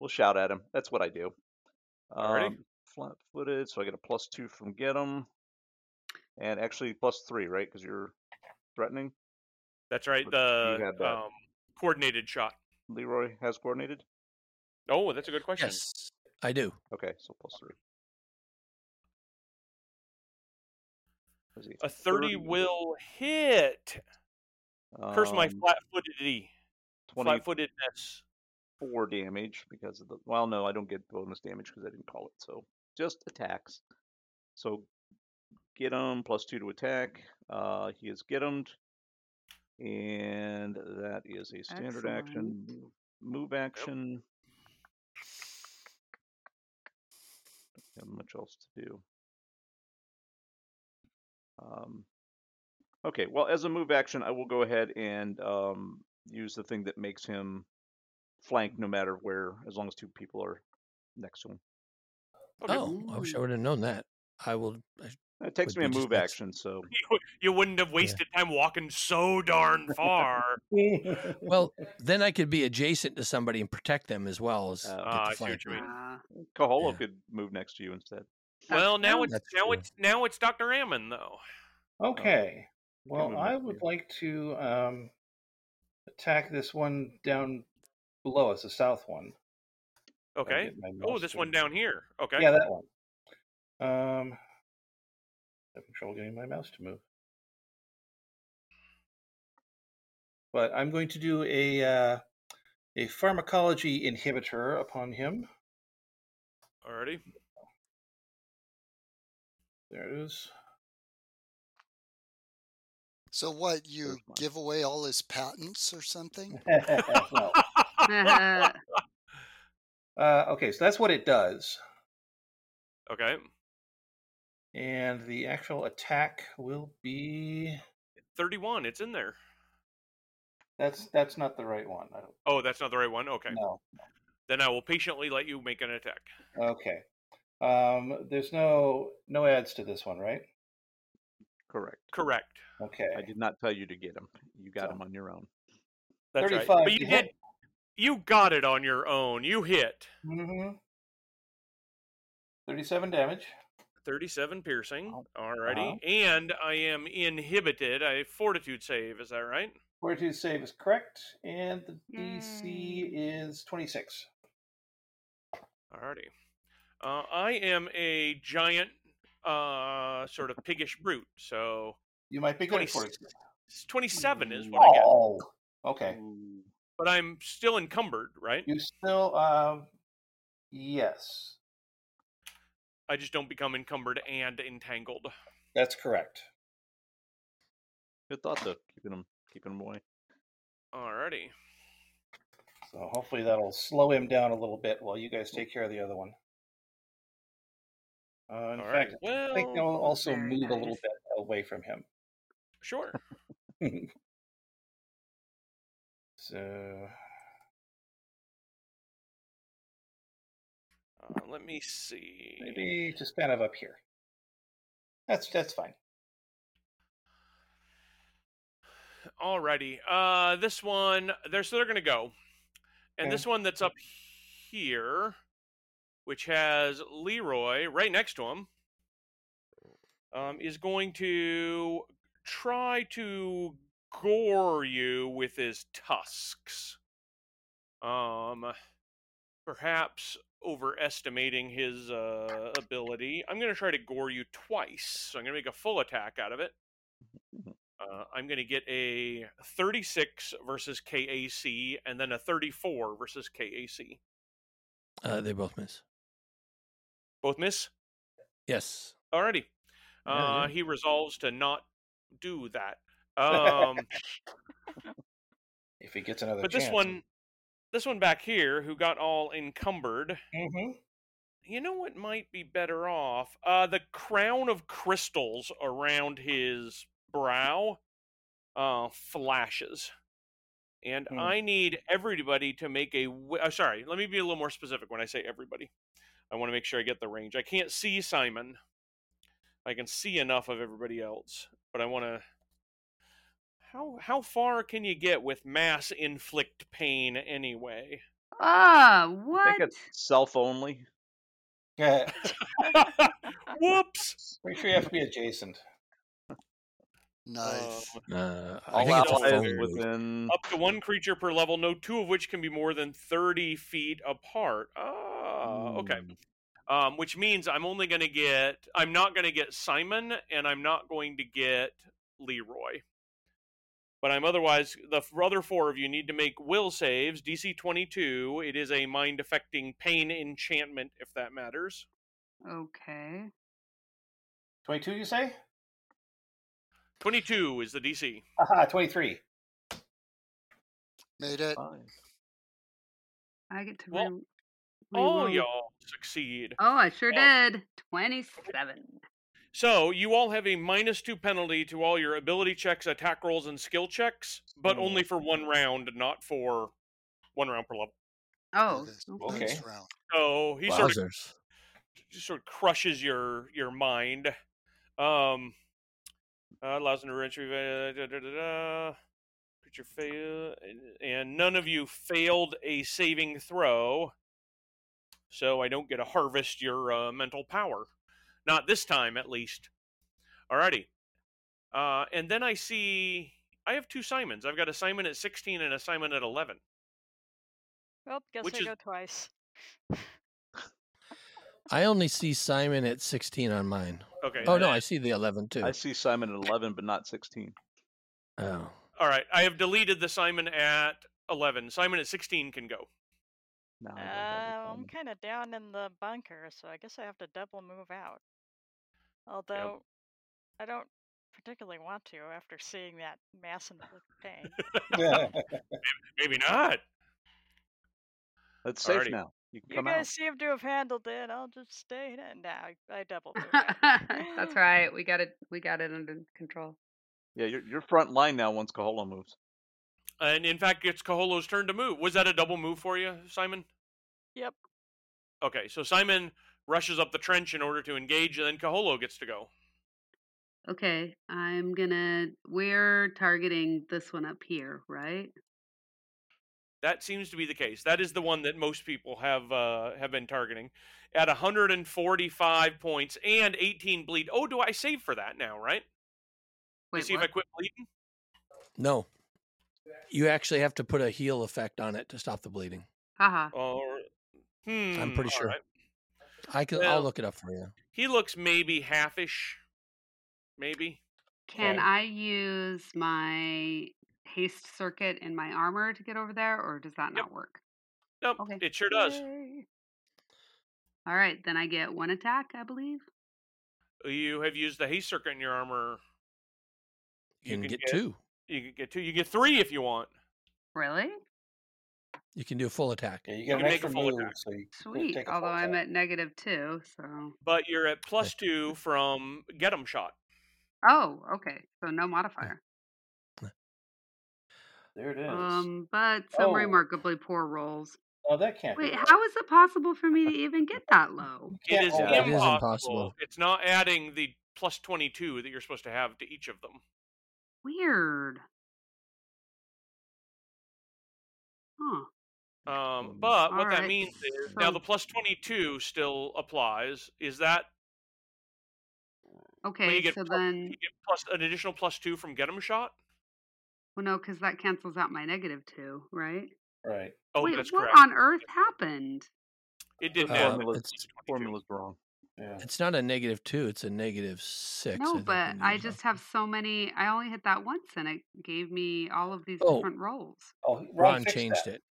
We'll shout at him. That's what I do.
Alrighty.
Um, flat-footed, so I get a plus two from get him, and actually plus three, right? Because you're threatening.
That's right.
But you
The
had uh, that.
um, coordinated shot.
Leroy has coordinated.
Oh, that's a good question.
Yes. I do.
Okay, so plus three. What is he,
A 30 will hit. Curse my
Um,
flat footedity.
20
Flat footedness.
four damage because of the. Well, no, I don't get bonus damage because I didn't call it. So just attacks. So get him plus two to attack. Uh, he is get him, and that is a standard action. Move action. Don't have much else to do. Um, okay, well, as a move action, I will go ahead and um, use the thing that makes him flank no matter where, as long as two people are next to him.
Oh, I wish I would have known that. I will. I
It takes
would
me a
be just
move
next-
action, so
You wouldn't have wasted time walking so darn far.
Well, then I could be adjacent to somebody and protect them as well as.
Oh.
get
Ah,
the
I see what
flank.
you mean.
Kaholo could move next to you instead.
Well, now it's
That's
now
true.
it's now it's Doctor Ammon though. um,
Okay.
can
Well,
move
I
next to
would
you.
like to um, attack this one down below us, the south one.
Okay.
get my
Oh,
mouse
this
to-
one down here. Okay.
Yeah, that one. Um, having trouble getting my mouse to move. But I'm going to do a uh, a pharmacology inhibitor upon him.
Alrighty.
There it is.
So what? You
There's mine.
give away all his patents or something?
No. Uh, okay, so that's what it does.
Okay.
And the actual attack will be
Thirty-one. It's in there.
that's that's not the right one. I don't
Oh, that's not the right one. Okay.
know.
Then I will patiently let you make an attack.
Okay. Um, there's no no ads to this one, right?
Correct.
Correct.
Okay.
I did not tell you to get him. You got
Oh,
So-
him on your own.
That's right.
35
But you
to
did.
hit.
You got it on your own. You hit
Mm-hmm. Thirty-seven damage.
thirty-seven piercing.
Oh,
Alrighty.
uh-huh.
And I am inhibited. A fortitude save. Is that right?
Fortitude save is correct, and the
Hmm.
DC is twenty-six.
Alrighty. Uh, I am a giant, uh, sort of piggish brute. So
You might be good for
26.
it.
it's twenty-seven is what I get.
Oh. Okay.
Ooh.
But I'm still encumbered, right?
You still um. Yes,
I just don't become encumbered and entangled.
that's correct.
Good thought though, keeping him keeping him away.
Alrighty.
So hopefully that'll slow him down a little bit while you guys take care of the other one. Uh, in
All right.
fact, I think I'll
Well,
also
very
move a little
nice.
bit away from him.
sure.
So
Uh, let me see.
maybe just kind of up here. That's that's fine.
Alrighty. Uh, this one. They're so they're gonna go, and
Okay.
this one that's up here, which has Leroy right next to him, um, is going to try to gore you with his tusks. Um, perhaps overestimating his uh, ability. I'm gonna try to gore you twice. So I'm gonna make a full attack out of it. Uh, I'm going to get a 36 versus KAC and then a 34 versus KAC.
Uh, they both miss.
Both miss?
Yes.
Alrighty. Uh, he resolves to not do that. Um,
If he gets another
but this
chance.
one, this one back here, who got all encumbered,
Mhm.
you know what might be better off? Uh, the crown of crystals around his brow uh, flashes. And
Hmm.
I need everybody to make a. wi- Uh, sorry, let me be a little more specific when I say everybody. I want to make sure I get the range. I can't see Simon. I can see enough of everybody else, but I want to. How how far can you get with mass inflict pain anyway?
Ah,
I think
what?
it's self only.
Yeah,
Whoops!
pretty sure you have to be adjacent.
Nice.
Um,
Uh, I
All
think it's a
allies
phone booth.
within
Mm.
up to one creature per level, no two of which can be more than 30 feet apart. Ah, okay.
Hmm.
um, which means I'm only going to get, I'm not going to get Simon, and I'm not going to get Leroy. But I'm otherwise, the f- other four of you need to make will saves, DC 22. It is a mind affecting pain enchantment, if that matters.
Okay.
22, you say?
22 is the DC.
Aha, 23.
Made it.
I get to.
Well,
re-
All
reroll.
y'all succeed.
Oh, I sure did. 27.
So you all have a minus two penalty to all your ability checks, attack rolls, and skill checks, but only for one round, not for one round per level.
Oh,
Okay.
Next round.
So he sort of,
Wowzers.
sort of crushes your your mind. Um, uh, allows an entry. Da, da, da, da, creature fail, and none of you failed a saving throw. So I don't get to harvest your uh, mental power. Not this time, at least. Alrighty. Uh, and then I see I have two Simons. I've got a Simon at 16 and a Simon at 11.
Well, guess
Which
I
is-
go twice.
I only see Simon at 16 on mine.
Okay.
Oh, no,
then-
I see the 11 too.
I see Simon at 11, but not 16.
Oh.
All right, I have deleted the Simon at 11. Simon at 16 can go.
No,
Uh,
I don't have a
I'm
Simon.
kind of down in the bunker, so I guess I have to double move out. Although, I don't particularly want to after seeing that mass inflicted pain.
Maybe not.
It's safe
Alrighty.
now. You can
you
come
guys
out.
seem to have handled it. I'll just stay. in- Nah, I, I double move.
That's right. We got it. We got it under control.
Yeah, you're, you're front line now once Kaholo moves.
And in fact, it's Kaholo's turn to move. Was that a double move for you, Simon?
Yep.
Okay, so Simon rushes up the trench in order to engage, and then Kaholo gets to go.
Okay, I'm gonna. We're targeting this one up here, right?
That seems to be the case. That is the one that most people have uh, have been targeting at 145 points and 18 bleed. Oh, do I save for that now? Right?
Wait,
to see
what?
if I quit bleeding.
No. You actually have to put a heal effect on it to stop the bleeding.
Haha.
Or hmm,
I'm pretty
all
sure.
right.
I can, I'll
Well-
look it up for you.
he looks maybe halfish, maybe.
Can
Oh.
Okay.
I use my haste circuit in my armor to get over there, or does that not work?
Nope,
Okay.
it sure does.
Yay. All right, then I get one attack, I believe.
You have used the haste circuit in your armor.
You can,
can
get,
get-
two.
You can get two. You get three if you want.
Really?
You can do a full attack.
Yeah, you get
You
an
make a
extra
full
move,
attack.
so you
Sweet.
take a full
Although I'm
attack.
at negative two, so.
But you're at plus two from get 'em shot.
Oh, okay. So no modifier.
There it is.
Um, but some
Oh.
remarkably poor rolls.
oh, that can't
Wait,
be. right.
how is it possible for me to even get that low?
You
It
can't
is,
roll
It
that.
is
impossible.
impossible.
It's not adding the plus 22 that you're supposed to have to each of them.
Weird. Huh.
Um,
Mm.
but what that
Alright,
means is now
so-
the plus 22 still applies. Is that well,
Okay,
you get
so
plus-
then,
you get plus an additional plus two from get 'em shot?
well, no, because that cancels out my negative two, right?
Right.
Oh,
Wait,
that's
what
correct.
on earth happened?
It didn't
Uh,
add the
Formula,
it's-
plus 22.
formula's wrong.
Yeah.
It's not a negative two. It's a negative six.
no,
think,
but
in the
I
email.
just have so many. I only hit that once, and it gave me all of these
Oh.
different rolls.
Oh, Ron,
Ron
fixed
changed
that.
it.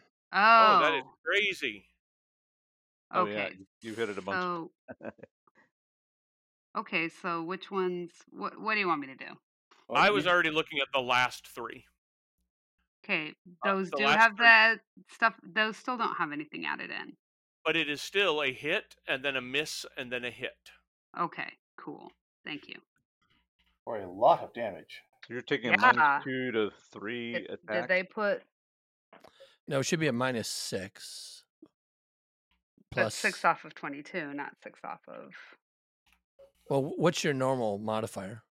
Oh,
Oh,
that is crazy.
Oh, yeah,
okay.
you- you hit it a bunch.
So, okay, so which ones? What What do you want me to do?
Oh,
I
you-
was already looking at the last three.
Okay,
Uh,
those
the
do
last
have
three.
that stuff. Those still don't have anything added in.
but it is still a hit and then a miss and then a hit.
Okay, cool. Thank you.
for a lot of damage.
So you're taking
Yeah.
a minus two to three
Did, did
attack.
they put
No, it should be a minus six.
that's
Plus
six off of twenty two, not six off of?
Well, wh- what's your normal modifier?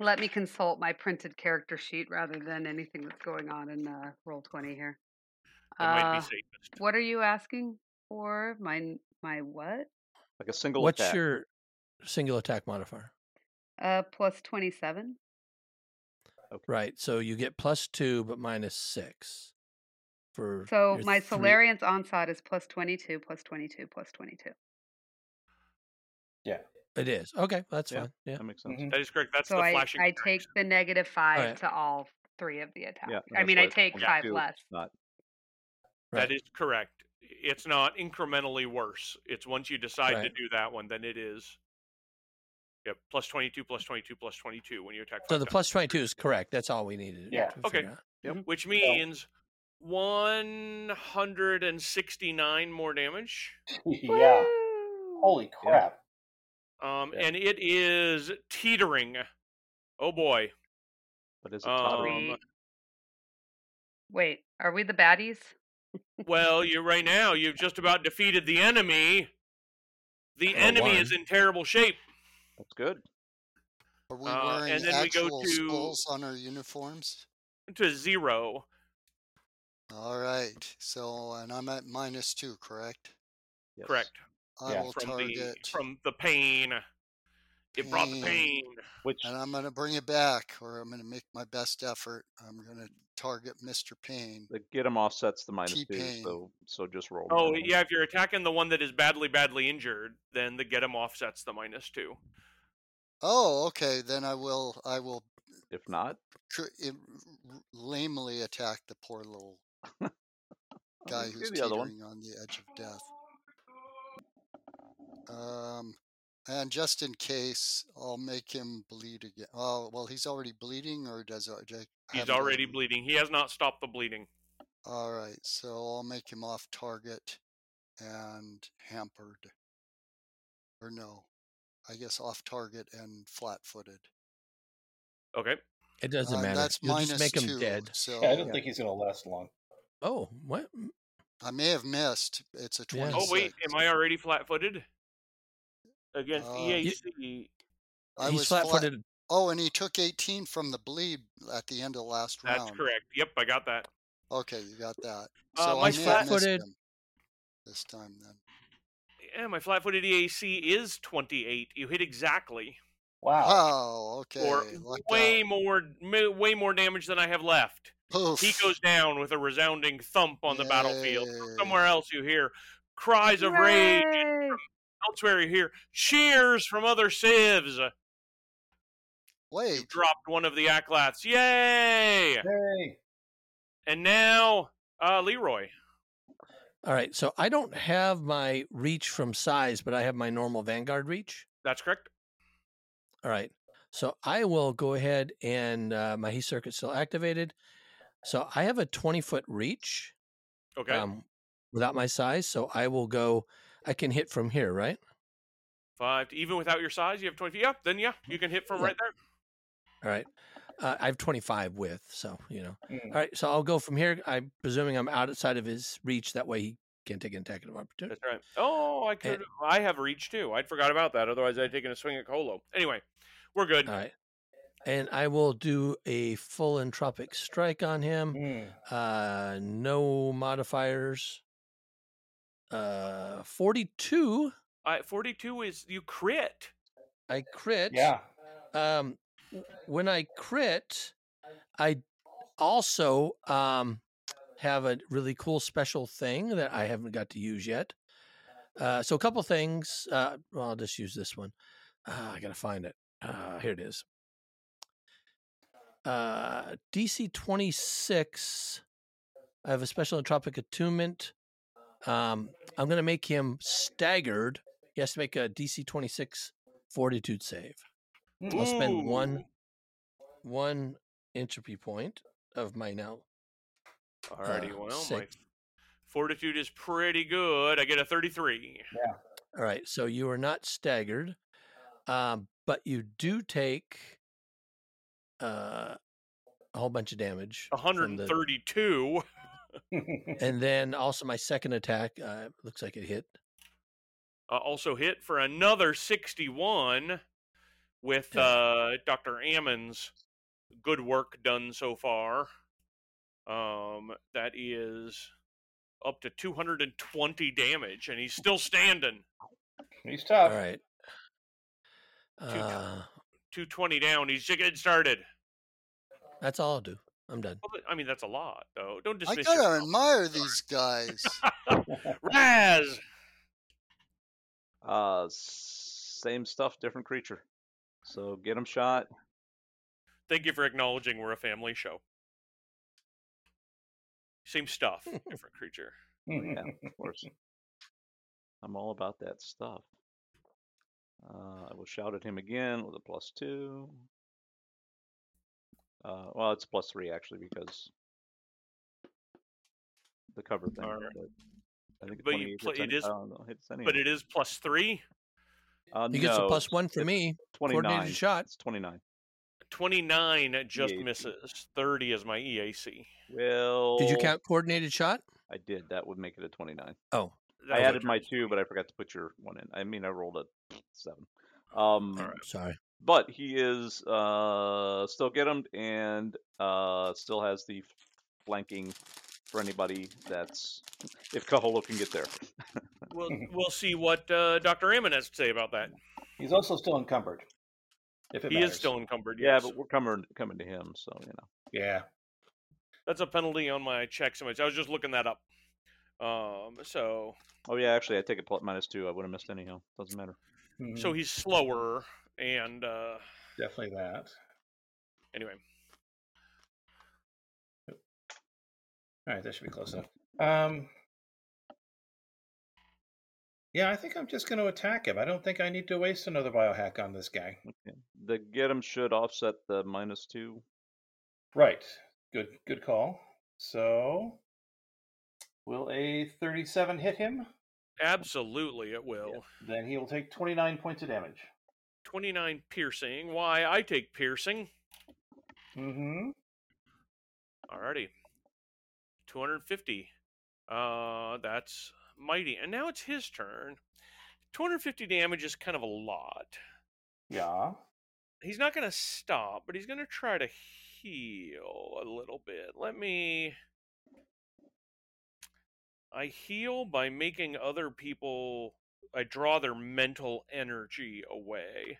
Let me consult my printed character sheet rather than anything that's going on in uh, roll twenty here.
That might
Uh,
be safest.
what are you asking for? My n- my what?
Like a single
what's
attack.
your single attack modifier?
Uh, plus twenty seven.
Right. So you get plus two, but minus six. for
So
your
my
three-
Solarian's onslaught is plus twenty two, plus twenty two, plus twenty two.
Yeah.
It is. Okay, that's
Yeah,
fine. Yeah.
That makes sense.
Mm-hmm.
That is correct. That's
So
the
I,
flashing.
I take the negative five
Alright.
to all three of the attacks.
Yeah,
I
that's
mean, I
what
take
point
five
two is
less.
Not.
That is correct. It's not incrementally worse. It's once you decide to
Right.
do that one, then it is. Yep, plus 22, plus 22, plus 22 when you attack.
So
five
the
times.
plus twenty two is correct. That's all we needed.
Yeah.
to
Okay.
figure out.
Which means 169 more damage.
yeah. Holy crap.
Um, And it is teetering. Oh boy. Um,
But is
it
tottering? Wait, are we the baddies?
well, you right now you've just about defeated the enemy. The
Or
enemy is
one.
in terrible shape.
That's good.
Are we
Uh,
wearing
and then we go
actual
to-
skulls on our uniforms?
To zero.
All right. So, and I'm at minus two, correct?
Yes.
Correct.
I
Yeah.
will
From the
target,
from the pain. It brought the pain.
Pain.
Which
and I'm going to bring it back, or I'm going to make my best effort. I'm going to target Mr. Payne.
the get him offsets the minus two,
T-Pain.
so so just roll.
Oh
normal.
yeah, if you're attacking the one that is badly, badly injured, then the get him offsets the minus two.
Oh, okay. Then I will. I will
If not,
tr- i- lamely attack the poor little guy
you can
who's
do the other one.
teetering on the edge of death. Um, and just in case, I'll make him bleed again. Oh, well, he's already bleeding, or does I- do I
He's
haven't done
already
it?
bleeding. He has not stopped the bleeding.
All right, so I'll make him off target and hampered. Or no, I guess off target and flat-footed.
Okay.
It doesn't
Uh,
matter.
That's
You'll
minus
just make them
two,
dead.
So
Yeah, I don't
Yeah.
think he's going to last long.
Oh, what?
I may have missed. It's a
Yeah.
twenty.
Oh wait, am I already flat-footed against E
Uh,
EAC?
I
He's
was flat-
flat footed.
Oh, and he took 18 from the bleed at the end of last
That's
round.
correct. Yep, I got that.
Okay, you got that.
Uh,
So
my
I may have missed
flat-footed-
him this time then.
Yeah, my flat-footed EAC is 28. You hit exactly
Wow.
Oh, okay. uh
for
lucked
way
out.
more, mo- way more damage than I have left.
Poof.
He goes down with a resounding thump on the battlefield.
Yay.
Somewhere else, you hear cries of rage.
Hooray!
Elsewhere, you hear cheers from other civs. uh,
Wait,
Dropped one of the Aklaths. Yay!
Hey.
And now, uh, Leroy.
All right. So I don't have my reach from size, but I have my normal vanguard reach.
That's correct.
All right. So I will go ahead and uh, my heat circuit's still activated. So I have a 20 foot reach
Okay.
um, without my size. So I will go, I can hit from here, right?
Five. Even without your size, you have 20 feet. Yeah, then yeah, you can hit from
Mm-hmm. Yeah.
right there.
All right. Uh, I have 25 with, so, you know.
Mm.
All right. So I'll go from here. I'm presuming I'm outside of his reach. That way he can't take an attack of opportunity.
That's right. Oh, I could. I have reach too. I'd forgot about that. Otherwise, I'd taken a swing at Colo. Anyway, we're good.
All right. And I will do a full entropic strike on
Um,
him.
Mm.
Uh, no modifiers. Uh, 42.
I, 42 is you crit.
I crit.
Yeah.
Um, w- when I crit, I also um have a really cool special thing that I haven't got to use yet. Uh, so a couple things. Uh, well, I'll just use this one. Uh, I gotta find it. Uh, here it is. Uh, DC twenty six. I have a special entropic attunement. Um, I'm gonna make him staggered. He has to make a DC twenty six fortitude save.
Hmm.
I'll spend one
Ooh.
one entropy point of my now.
Alrighty,
uh,
well, my
six.
fortitude is pretty good. I get a 33.
All right, so you are not staggered, um, but you do take uh, a whole bunch of damage. from the-
132.
and then also my second attack uh, looks like it hit.
Uh, also hit for another 61 with
Yeah.
uh, Dr. Ammon's good work done so far. Um, that is up to 220 damage, and he's still standing.
he's
All
tough.
right. Uh,
220 down. He's just getting started.
that's all I'll do. I'm done.
Well, I mean, that's a lot, though. Don't
I
dismiss.
gotta admire these guys.
your- Raz.
Uh, same stuff, different creature. So get him shot.
Thank you for acknowledging we're a family show. Same stuff, different creature.
Hmm.
Yeah, of course. I'm all about that stuff. Uh, I will shout at him again with a plus two. Uh, well, it's plus three actually because the cover thing.
Alright.
But I think
But
28
you play,
hits
it
any-
is,
I don't know, hits any of
but
them.
it is plus three.
Uh,
You get
no,
some plus one for
it's
me.
29.
Coordinated shot.
It's 29.
29 just
EAC.
misses. 30 is my E EAC.
Well,
Did you count coordinated shot?
I did. That would make it a 29.
Oh,
That
I
was
added
your
my
turn.
two, but I forgot to put your one in. I mean, I rolled a seven. Um,
sorry.
but he is uh still get him and uh still has the flanking for anybody that's if Caholo can get there.
We'll, we'll see what uh, Dr. Ammon has to say about that.
He's also still encumbered. If it
He
matters.
is still encumbered.
Yeah,
Yes.
but we're coming coming to him, so you know.
Yeah.
That's a penalty on my check so much. I was just looking that up. Um, so
Oh yeah, actually, I take a plus minus two. I would have missed anyhow. Doesn't matter.
so
Mhm.
he's slower and uh,
definitely that.
anyway.
All right, that should be close enough. Um, yeah, I think I'm just going to attack him. I don't think I need to waste another biohack on this guy.
Okay. The get him should offset the minus two.
Right. Good. Good call. So, will a 37 hit him?
Absolutely it will.
Then he will take 29 points of damage.
29 piercing. Why I take piercing.
Mm-hmm.
Alrighty. 250. Uh that's mighty. And now it's his turn. 250 damage is kind of a lot.
Yeah.
He's not going to stop, but he's going to try to heal a little bit. Let me I heal by making other people I draw their mental energy away.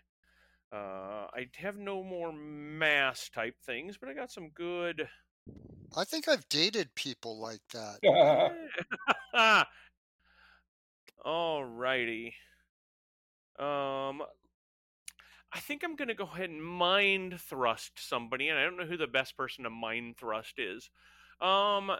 Uh, I have no more mass type things, but I got some good
I think I've dated people like that.
Alrighty. Um, I think I'm gonna go ahead and mind thrust somebody, and I don't know who the best person to mind thrust is. Um,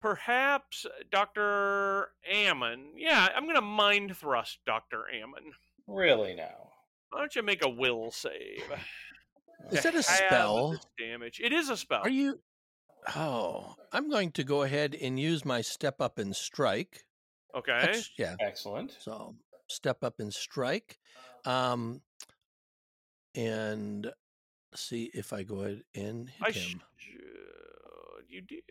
perhaps Doctor Ammon. Yeah, I'm gonna mind thrust Doctor Ammon.
really now.
Why don't you make a will save?
Is that a
to have
spell?
this Damage. It is a spell.
Are you? Oh, I'm going to go ahead and use my step up and strike.
okay?
Ex- yeah.
Excellent.
So step up and strike. Um, and see if I go ahead and hit
I
him.
should. You did.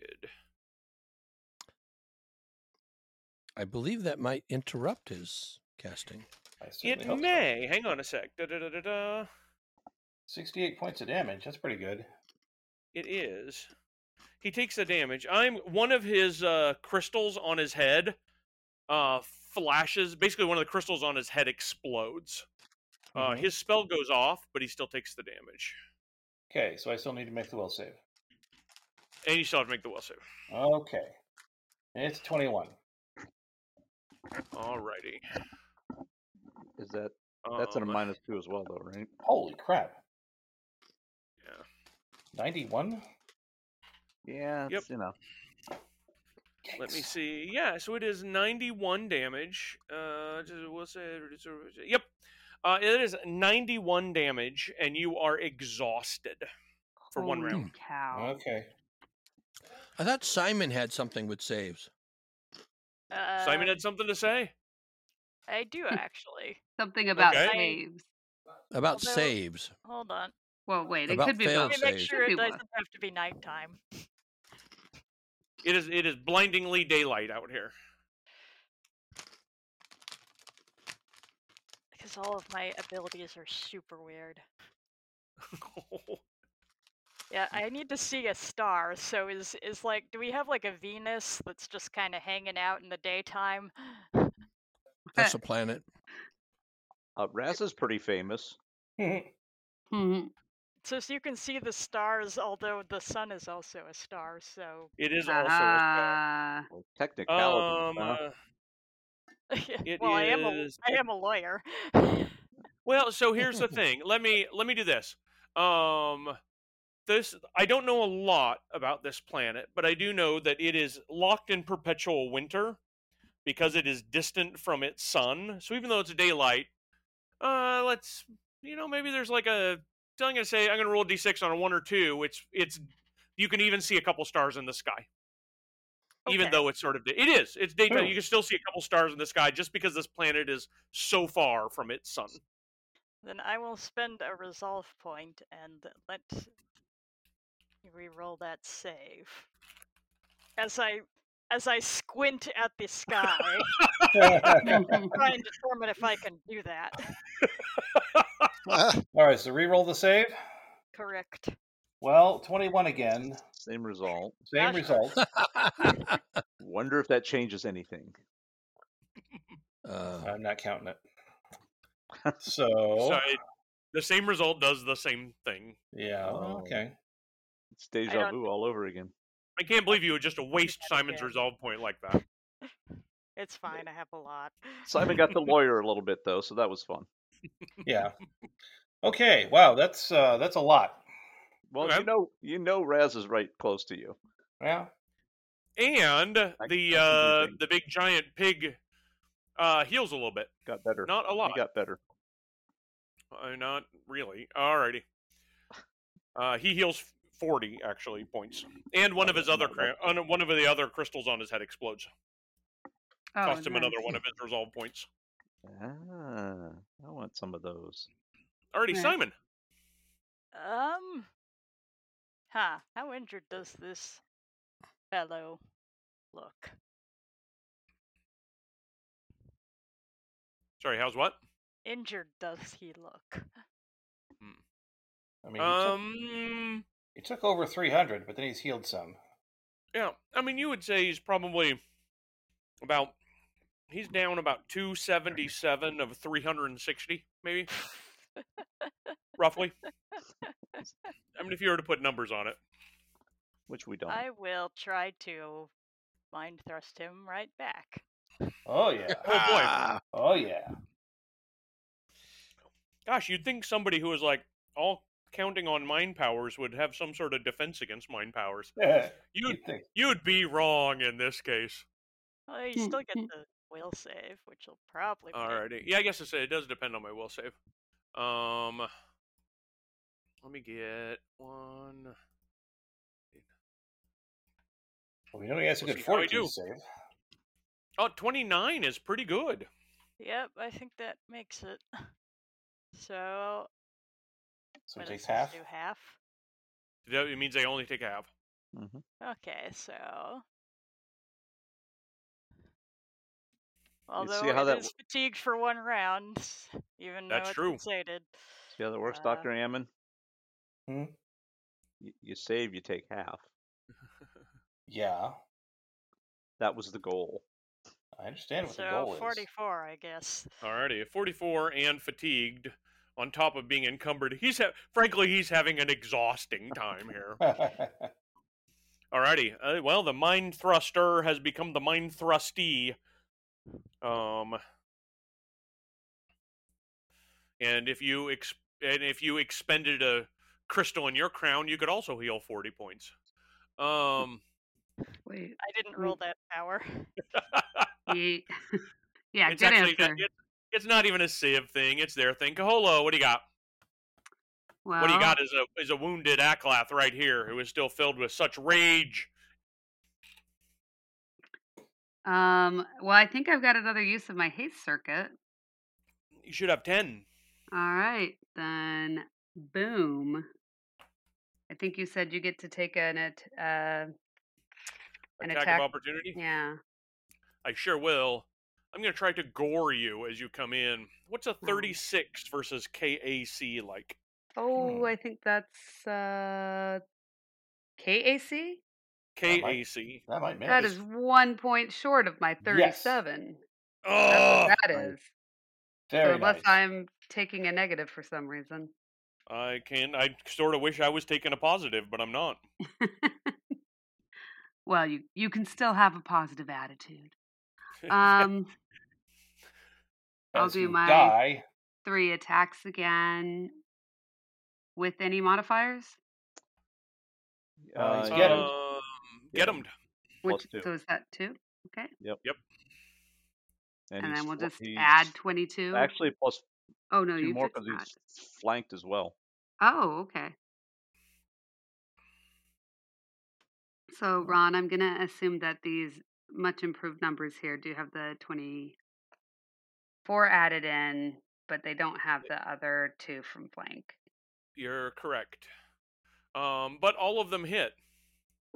I believe that might interrupt his casting.
I certainly
It
hope so.
may. Hang on a sec. Da, da, da, da, da.
68 points of damage. That's pretty good.
It is. He takes the damage. I'm one of his uh, crystals on his head uh, flashes. Basically, one of the crystals on his head explodes. Uh,
Mhm.
his spell goes off, but he still takes the damage,
Okay, so I still need to make the will save.
and you still have to make the will save.
Okay. It's 21.
Alrighty.
Is that
Um,
that's at a minus two as well, though, right?
Holy crap.
Yeah.
91?
Yeah.
Yep.
It's, you know.
Let me
Yikes.
see. Yeah, so it is 91 damage. Uh, just- we'll say, yep. Uh, it is 91 damage, and you are exhausted. For one
Holy
round.
Cow.
Okay.
I thought Simon had something with saves.
Simon
Um,
had something to say.
I do actually.
Something about
Okay.
saves.
About
Although-
saves.
Hold on.
Well, wait. It
About
could be
failed
Let
both.
me make
saves.
sure
Could be
it doesn't
both.
have to be nighttime.
It is it is blindingly daylight out here.
Because all of my abilities are super weird. Yeah, I need to see a star. So is is like, do we have like a Venus that's just kind of hanging out in the daytime?
That's a planet.
Uh, Raz is pretty famous.
Mhm.
So, so you can see the stars, although the sun is also a star. So
It is also a
Uh-huh.
star.
Well, technicalities,
Um,
huh?
uh, it
well, I am a
is-
I am a lawyer.
Well, so here's the thing. Let me let me do this. Um this I don't know a lot about this planet, but I do know that it is locked in perpetual winter because it is distant from its sun. So even though it's daylight, uh let's you know, maybe there's like a I'm going to say I'm going to roll a d6 on a 1 or 2. It's it's you can even see a couple stars in the sky. Even
Okay.
though it's sort of it is. It's daytime.
Oh.
You can still see a couple stars in the sky just because this planet is so far from its sun.
Then I will spend a resolve point and let re-roll that save. As I as I squint at the sky,
Uh-huh.
try and determine if I can do that.
Ah,
All right, so re-roll the save.
Correct.
Well, 21 again.
Same result.
Same result.
Wonder if that changes anything.
Oh,
Uh,
I'm not counting it. So,
So it, the same result does the same thing.
yeah,
Oh.
okay.
It's
I
deja
don't-
vu all over again.
I can't believe you would just waste
that
Simon's
again.
resolve point like that.
It's fine. I have a lot.
Simon got the lawyer a little bit though, so that was fun.
Yeah. Okay, wow, that's uh that's a lot.
Well,
Okay.
you know, you know, Raz is right close to you.
Yeah.
And the
I can do
uh,
things.
the big giant pig uh, heals a little bit.
Got better.
Not a lot.
He got better.
Uh, not really. Alrighty. Uh, he heals forty actually points, and one of his other cra- un- one of the other crystals on his head explodes.
Oh,
Cost him
nice.
another one of his resolve points.
Ah, I want some of those.
Alrighty,
Alright.
Simon.
Um. Huh. How injured does this fellow look?
Sorry, how's what?
Injured does he look?
I mean, he, took,
Um,
he took over 300, but then he's healed some.
yeah. I mean, you would say he's probably about he's down about 277 of 360 maybe roughly i mean if you were to put numbers on it
Which we don't.
I will try to mind thrust him right back.
Oh yeah.
oh boy
ah,
Oh yeah.
gosh you'd think somebody who is like all counting on mind powers would have some sort of defense against mind powers
Yeah.
you'd
you'd think.
you'd be wrong in this case
Well, you still get the will save, which will probably. protect-
alrighty yeah i guess it's, it does depend on my will save um let me get one
Well, we know he has a
We'll
good
see how we
fortitude
do.
save.
Oh, 29 is pretty good.
Yep, I think that makes it. So.
So he
what
takes
does this
half.
Do half.
That it means they only take a half.
hmm
Okay, so.
You see
Although
how
it
that
is fatigued for one round, even
That's
though it's
true.
sedated.
See how that works,
Uh,
Doctor Ammon.
Hmm?
You, you save, you take half.
Yeah.
That was the goal.
I understand what the
So
goal is.
44, I guess.
Alrighty, 44 and fatigued, on top of being encumbered. He's ha- frankly he's having an exhausting time here. Alrighty, uh, well the mind thruster has become the mind thrustee. Um, and if you ex- and if you expended a crystal in your crown, you could also heal 40 points. Um,
Wait.
I didn't
Mm.
roll that power.
ye- yeah,
it's
good
actually not-
answer.
it's, it's not even a sieve thing; it's their thing. Kaholo, what do you got?
well,
What he got is a is a wounded Aklath right here, who is still filled with such rage.
Um, well, I think I've got another use of my haste circuit.
You should have ten.
All right, then. Boom. I think you said you get to take an at. Uh, An
Attack,
attack-
of opportunity.
yeah.
I sure will. I'm gonna try to gore you as you come in. What's
Hmm.
a 36 versus KAC like?
Hmm.
Oh, I think that's uh, KAC.
might-
KAC.
that might miss.
That is one point short of my
Yes.
thirty-seven. That's
Oh,
what that
nice.
is. So
Very
unless
nice.
I'm taking a negative for some reason.
I can. I sort of wish I was taking a positive, but I'm not.
Well, you you can still have a positive attitude. Um, I'll
As
do
you
my
die.
three attacks again with any modifiers.
Uh, he's getting-
Um, get 'em.
Which
Plus two.
so is that two? Okay,
Yep.
Yep.
And,
and,
he's
then we'll
fl-
just
he's
add twenty-two.
Actually, plus
oh no,
two
you
more
fixed
because
that.
he's flanked as well.
Oh, okay. So, Ron, I'm going to assume that these much improved numbers here do have the 24 added in, but they don't have the other two from blank.
You're correct. Um, but all of them hit.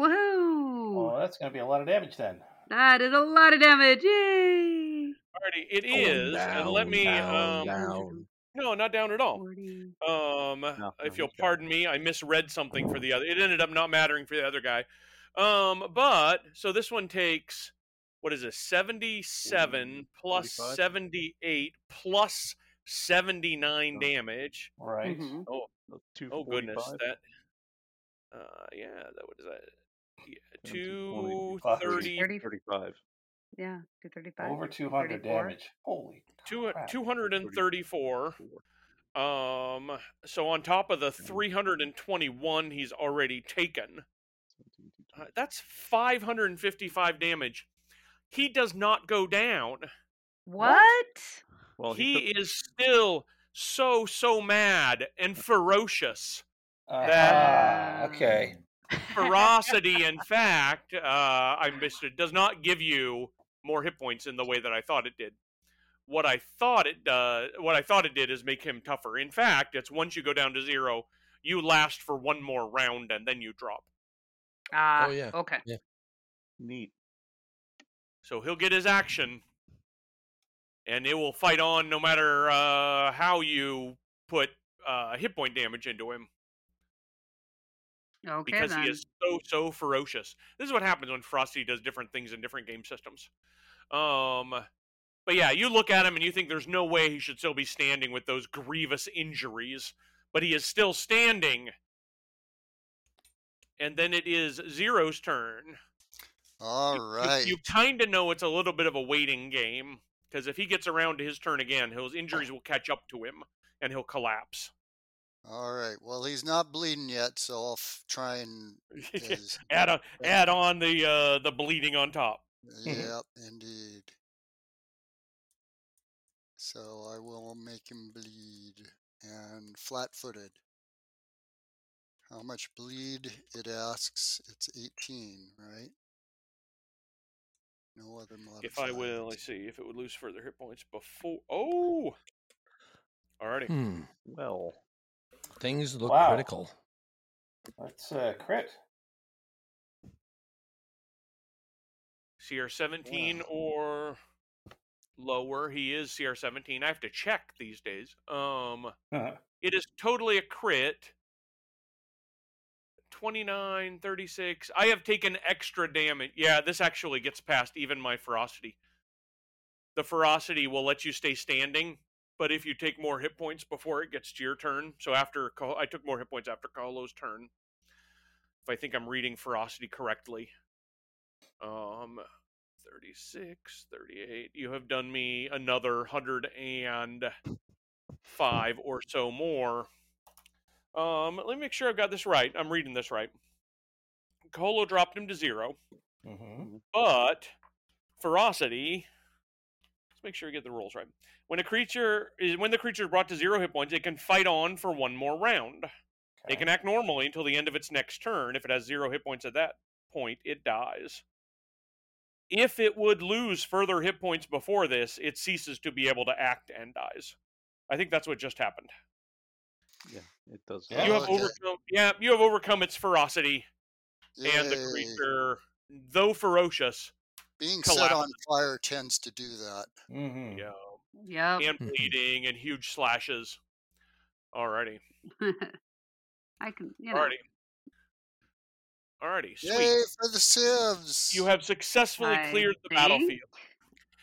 Woohoo!
Oh, that's going to be a lot of damage then.
That is a lot of damage. Yay!
Alrighty, it
Going
is. and let
down,
me.
down,
um,
down.
No, not down at
Oh,
all.
40.
Um,
no,
if you'll
he's got it.
pardon me, I misread something for the other. It ended up not mattering for the other guy. Um, but so this one takes what is this? Seventy-seven plus
45?
seventy-eight plus seventy-nine
Oh.
damage.
Right.
Mhm.
Oh,
So two
oh goodness,
forty-five.
that. Uh, yeah, that what is that? Yeah, two
70,
thirty,
30.
Thirty-five.
Yeah, 235.
Over 200
234.
damage. Holy
two
crap.
two hundred and thirty-four. Um, so on top of the three hundred and twenty-one he's already taken. Uh, that's 555 damage. He does not go down.
What?
Well,
he
he, took-
is still so so mad and ferocious.
Ah,
That-
okay.
Ferocity, in fact, uh, I missed it. Does not give you more hit points in the way that I thought it did. What I thought it does, what I thought it did, is make him tougher. In fact, it's once you go down to zero, you last for one more round and then you drop.
Ah,
yeah.
okay.
neat.
So he'll get his action, and it will fight on no matter uh, how you put uh, hit point damage into him
Okay,
because
then.
he is so so ferocious. This is what happens when Frosty does different things in different game systems. Um, but yeah, you look at him and you think there's no way he should still be standing with those grievous injuries, but he is still standing. And then it is Zero's turn.
All
you- you-
right.
You, kind of know it's a little bit of a waiting game because if he gets around to his turn again, his injuries will catch up to him and he'll collapse.
All right. Well, he's not bleeding yet, so I'll f- try and. is-
add on, add mm-hmm. on the uh, the bleeding on top.
yep, indeed. So I will make him bleed and flat footed. How much bleed? It asks. It's 18, right? No other modifiers.
If I will, let's see if it would lose further hit points before. Oh, alrighty.
Hmm.
Well,
Things look
Wow.
critical.
That's a crit.
CR seventeen or lower. He is CR seventeen. I have to check these days. Um. It is totally a crit. 29, 36. I have taken extra damage. Yeah, this actually gets past even my ferocity. The ferocity will let you stay standing, but if you take more hit points before it gets to your turn, so after Ka- I took more hit points after Kahlo's turn. If I think I'm reading ferocity correctly. Um 36, 38. You have done me another 100 and five or so more. Um, let me make sure I've got this right. I'm reading this right. Colo dropped him to zero,
hmm
but ferocity. Let's make sure we get the rules right. When a creature is when the creature is brought to zero hit points, it can fight on for one more round. It can act normally until the end of its next turn. If it has zero hit points at that point, it dies. If it would lose further hit points before this, it ceases to be able to act and dies. I think that's what just happened.
yeah, it does.
Yeah.
you have
Oh, okay.
overcome yeah you have overcome its ferocity and the
Yay.
creature though ferocious
Being set on
collapses.
fire tends to do that.
hmm
yeah,
Oh. Yep.
and
Hmm.
bleeding and huge slashes alrighty
I can, you know.
alrighty alrighty sweet
Yay for the sieves!
you have successfully
I
cleared the
think-
battlefield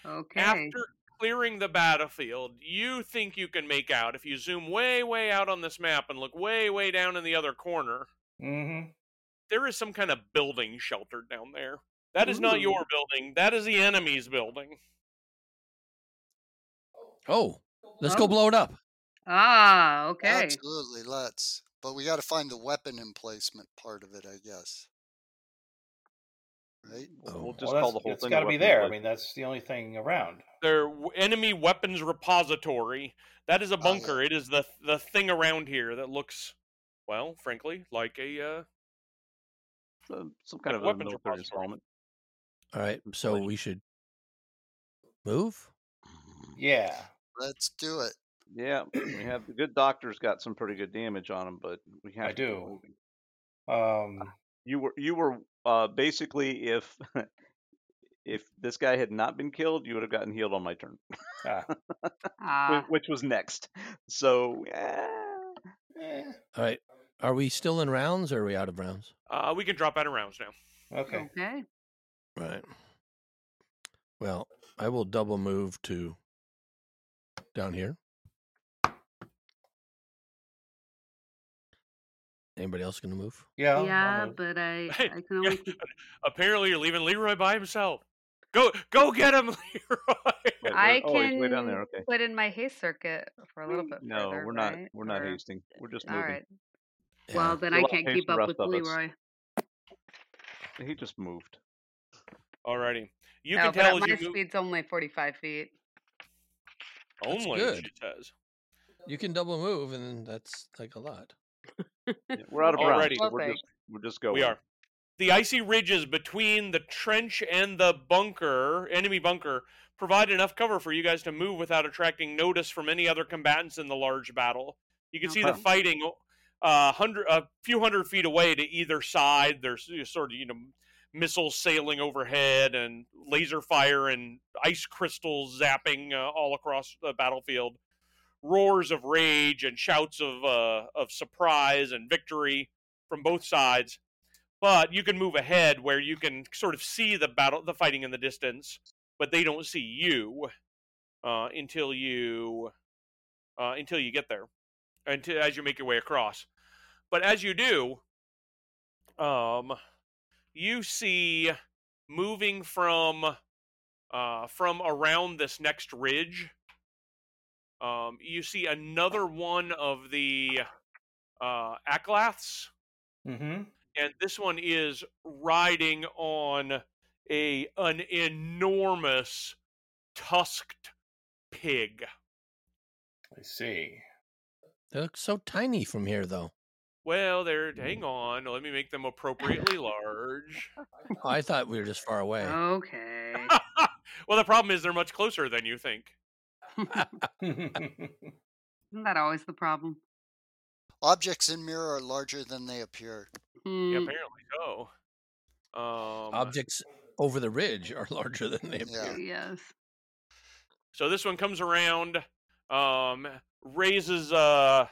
Okay.
after clearing the battlefield, you think you can make out if you zoom way, way out on this map and look way, way down in the other corner.
Mm-hmm.
There is some kind of building sheltered down there. That is not your building. That is the enemy's building.
Oh, let's go blow it up.
Ah, okay.
Absolutely, let's. But we got to find the weapon emplacement part of it, I guess. Right?
Oh,
Oh, We'll just
Well,
call
that's-
the whole
it's
thing.
got to be there. I mean,
mean,
that's the only thing around.
Their w- enemy weapons repository. That is a
yeah.
bunker. It is the the thing around here that looks, well, frankly, like a uh,
uh, some
like
kind of a
weapons
military
repository.
installment.
All right, so we should move.
Yeah.
Let's do it.
Yeah, we have the good doctor's got some pretty good damage on him, but we have.
I
to keep
do.
moving.
Um,
You were you were uh, basically if if this guy had not been killed, you would have gotten healed on my turn,
ah,
Ah,
whi- which was next. So eh,
eh,
All right, are we still in rounds or are we out of rounds?
Uh, we can drop out of rounds now.
okay.
okay.
Right. Well, I will double move to down here. Anybody else going to move?
Yeah. I'll-
yeah,
I'll move.
but I
Hey,
I can only keep,
Apparently, you're leaving Leroy by himself. Go, go get him, Leroy.
wait,
I
where- oh, he's
can
way down there. Okay.
put in my haste circuit for a little bit
No,
further.
we're not.
right?
We're not
Or-
hasting. We're just
All
moving.
right.
Yeah.
Well, then I
You'll
can't
outpace
keep
the
up
rest
with
of us.
Leroy.
He just moved.
Alrighty, you
no,
can
Oh, but
tell as
my
you move.
speed's only 45 feet.
That's
Only
good.
she says.
You can double move, and that's like a lot.
Yeah, we're
Oh,
out of
Alrighty.
rounds, so
Well,
we're
thanks.
just we're just going.
We are. The icy ridges between the trench and the bunker, enemy bunker, provide enough cover for you guys to move without attracting notice from any other combatants in the large battle. You can see the
Okay.
fighting uh, hundred, a few hundred feet away to either side. There's you know, sort of you know missiles sailing overhead and laser fire and ice crystals zapping uh, all across the battlefield. Roars of rage and shouts of uh, of surprise and victory from both sides but you can move ahead where you can sort of see the battle the fighting in the distance but they don't see you uh, until you uh, until you get there until as you make your way across but as you do um you see moving from uh from around this next ridge um you see another one of the uh aklaths
Mm-hmm.
and this one is riding on a an enormous tusked pig.
I see.
They look so tiny from here, though.
Well, there. Hang on. Let me make them appropriately large.
Oh, I thought we were just far away.
Okay.
well, the problem is they're much closer than you think.
yeah.
Isn't that always the problem?
Objects in mirror are larger than they appear.
Yeah,
Hmm.
apparently so. Um,
Objects over the ridge are larger than they
Yeah.
appear.
Yes.
So this one comes around, um, raises uh,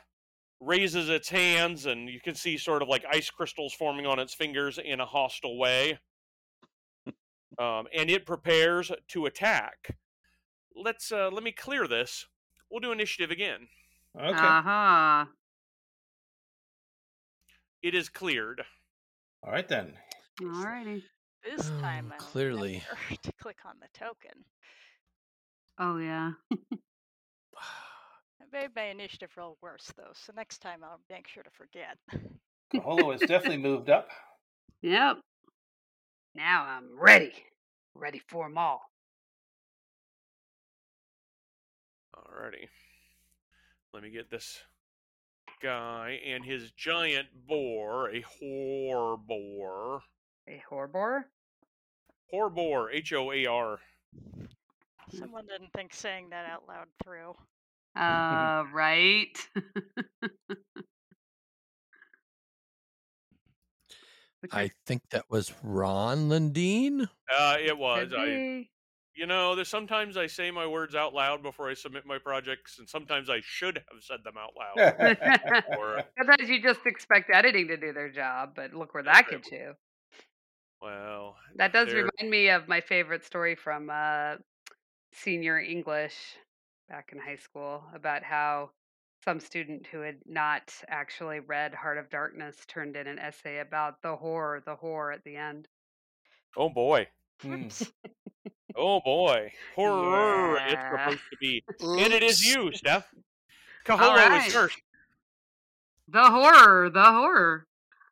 raises its hands, and you can see sort of like ice crystals forming on its fingers in a hostile way. Um, and it prepares to attack. Let's uh, let me clear this. We'll do initiative again.
Okay.
Ah. Aha.
It is cleared.
All right then.
Alrighty.
This
Um,
time I will
clearly.
remember to click on the token.
Oh yeah.
I made my initiative roll worse though, so next time I'll make sure to forget.
Kaholo has definitely moved up.
Yep. Now I'm ready. Ready for 'em all.
Alrighty. Let me get this guy and his giant boar, a whore boar.
A horbor?
Whore boar, H O A R.
Someone didn't think saying that out loud through.
Uh, right. Which
I think that was Ron Lundeen.
Uh, it was.
could
I
be.
You know, there's sometimes I say my words out loud before I submit my projects, and sometimes I should have said them out loud. or,
Sometimes you just expect editing to do their job, but look where that gets you.
well,
That does
There-
remind me of my favorite story from uh, senior English back in high school about how some student who had not actually read Heart of Darkness turned in an essay about the horror, the horror at the end.
Oh boy. Hmm. oh boy. Horror
Yeah.
it's supposed to be. And it is you, Steph. Kaholo
All right.
is first.
The horror, the horror.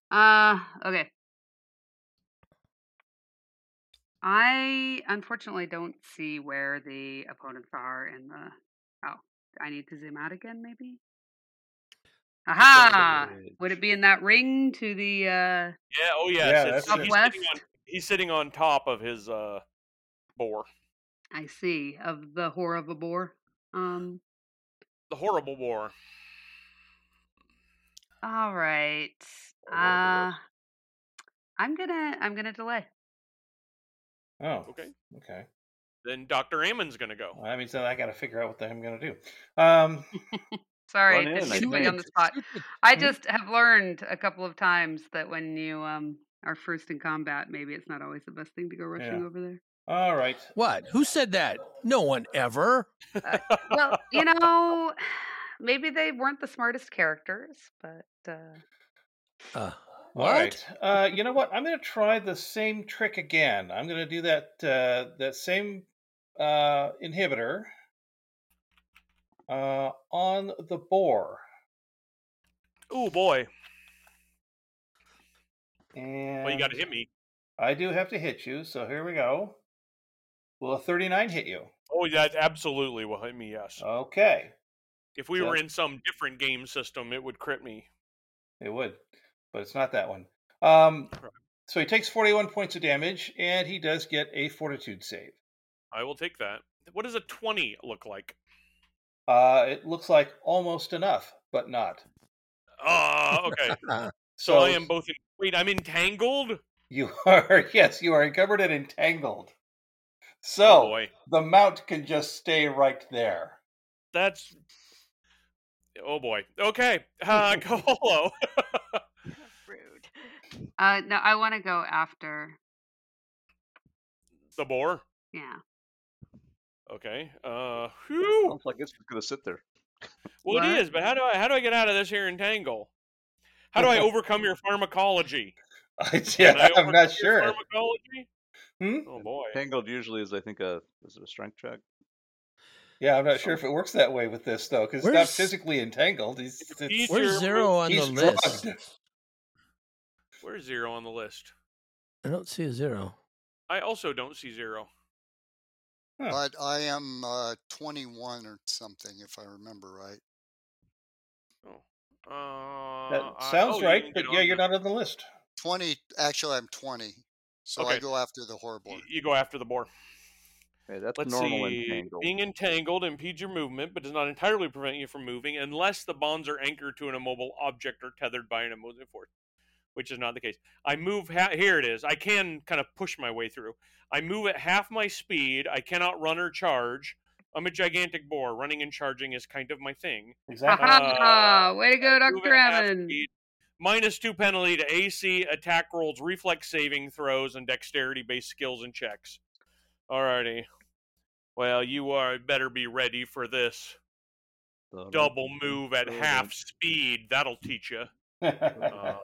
Uh, okay. I unfortunately don't see where the opponents are in the. Oh, I need to zoom out again, maybe. Aha! Would it be in that ring to the? uh
Yeah, oh yes.
Yeah,
it's-
that's it.
he's,
Southwest?
sitting on, he's sitting on top of his uh boar.
I see of the horror of a boar. Um.
The horrible boar.
All right.
Horror
Uh, I'm gonna. I'm gonna delay.
Oh,
Okay.
okay.
Then Dr. Ammon's gonna go.
I mean, so I got to figure out what the hell I'm going to do. Um,
Sorry,
Run in,
didn't
I
mean to put
think.
you on the spot.
Shoot the-
I
Mm.
just have learned a couple of times that when you um are first in combat, maybe it's not always the best thing to go rushing
Yeah.
over there.
all right.
What? Who said that? No one ever.
Well, you know, maybe they weren't the smartest characters, but uh,
Uh,
All
what?
right. Uh, you know what? I'm going to try the same trick again. I'm going to do that uh, that same uh, inhibitor uh, on the boar.
Oh boy.
And
Well you gotta hit me.
I do have to hit you, so here we go. Will a 39 hit you?
Oh that absolutely will hit me, yes.
Okay,
If we
yeah.
were in some different game system, it would crit me.
it would, but it's not that one. Um, so he takes 41 points of damage, and he does get a fortitude save.
I will take that. What does a twenty look like?
Uh, it looks like almost enough, but not.
Ah, okay.
Uh,
So, I am both. In, wait, I'm entangled.
You are, yes, you are encumbered and entangled.
oh
So
boy,
the mount can just stay right there.
that's. Oh boy. Okay. Uh, Caholo.
Rude.
uh no, I want to go after.
the boar.
Yeah.
Okay. Uh. Whew.
Sounds like it's just gonna sit there.
Well, it
What?
is. But how do I? How do I get out of this here entangle? How do I overcome your pharmacology? Can I
yeah, I'm
overcome
not
your
sure.
Pharmacology.
Hmm?
Oh boy.
Tangled usually is, I think, a is it a strength check?
Yeah, I'm
Oh.
not sure if it works that way with this though, because it's not
Where's-
physically entangled. He's it's,
He's- Zero.
Where's zero on the
he's
list?
drugged.
Where's zero on the list?
I don't see a zero.
I also don't see zero.
Huh.
But I am uh, 21 or something, if I remember right.
Uh.
That
I-
sounds
oh, you
right,
didn't
but
get
yeah,
on
you're
the-
not on the list.
20, actually, I'm 20. So I
Okay.
go after the horrible.
y- You go after the boar.
Hey, that's
Let's
normal
see.
entangled.
Being entangled impedes your movement, but does not entirely prevent you from moving unless the bonds are anchored to an immobile object or tethered by an immovable force, which is not the case. I move ha- here. It is. I can kind of push my way through. I move at half my speed. I cannot run or charge. I'm a gigantic boar. Running and charging is kind of my thing.
Ha
Exactly.
ha ha! Way to
I
go,
move
Doctor
at half
Evan.
speed. Minus two penalty to AC, attack rolls, reflex saving throws, and dexterity based skills and checks. Alrighty. Well, you are better be ready for this
Dun-
double move at
dun-
half speed. That'll teach you. Uh,
yeah,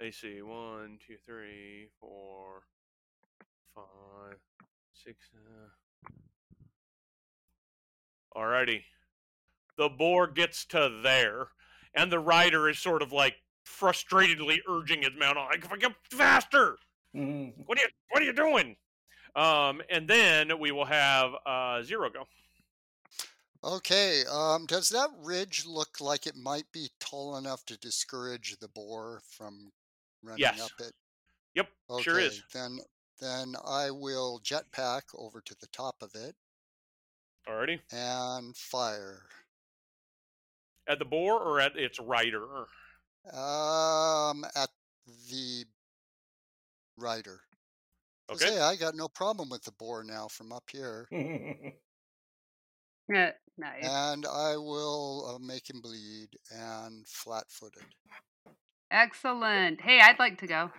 AC one, two, three, four, five, six. Uh... Alrighty. The boar gets to there, and the rider is sort of like frustratedly urging his mount on, like, "Fucking faster!
Mm.
What are you? What are you doing?" Um, and then we will have uh, zero go.
Okay, um, does that ridge look like it might be tall enough to discourage the boar from running
Yes.
up it?
Yep,
Okay,
sure is.
then then I will jetpack over to the top of it
Alrighty.
and fire.
At the boar or at its rider?
Um, at the rider. 'Cause,
Okay.
Hey, I got no problem with the boar now from up here,
Mm-hmm.
Yeah, nice.
Uh,
and I will uh, make him bleed and flat-footed.
Excellent. Hey, I'd like to go.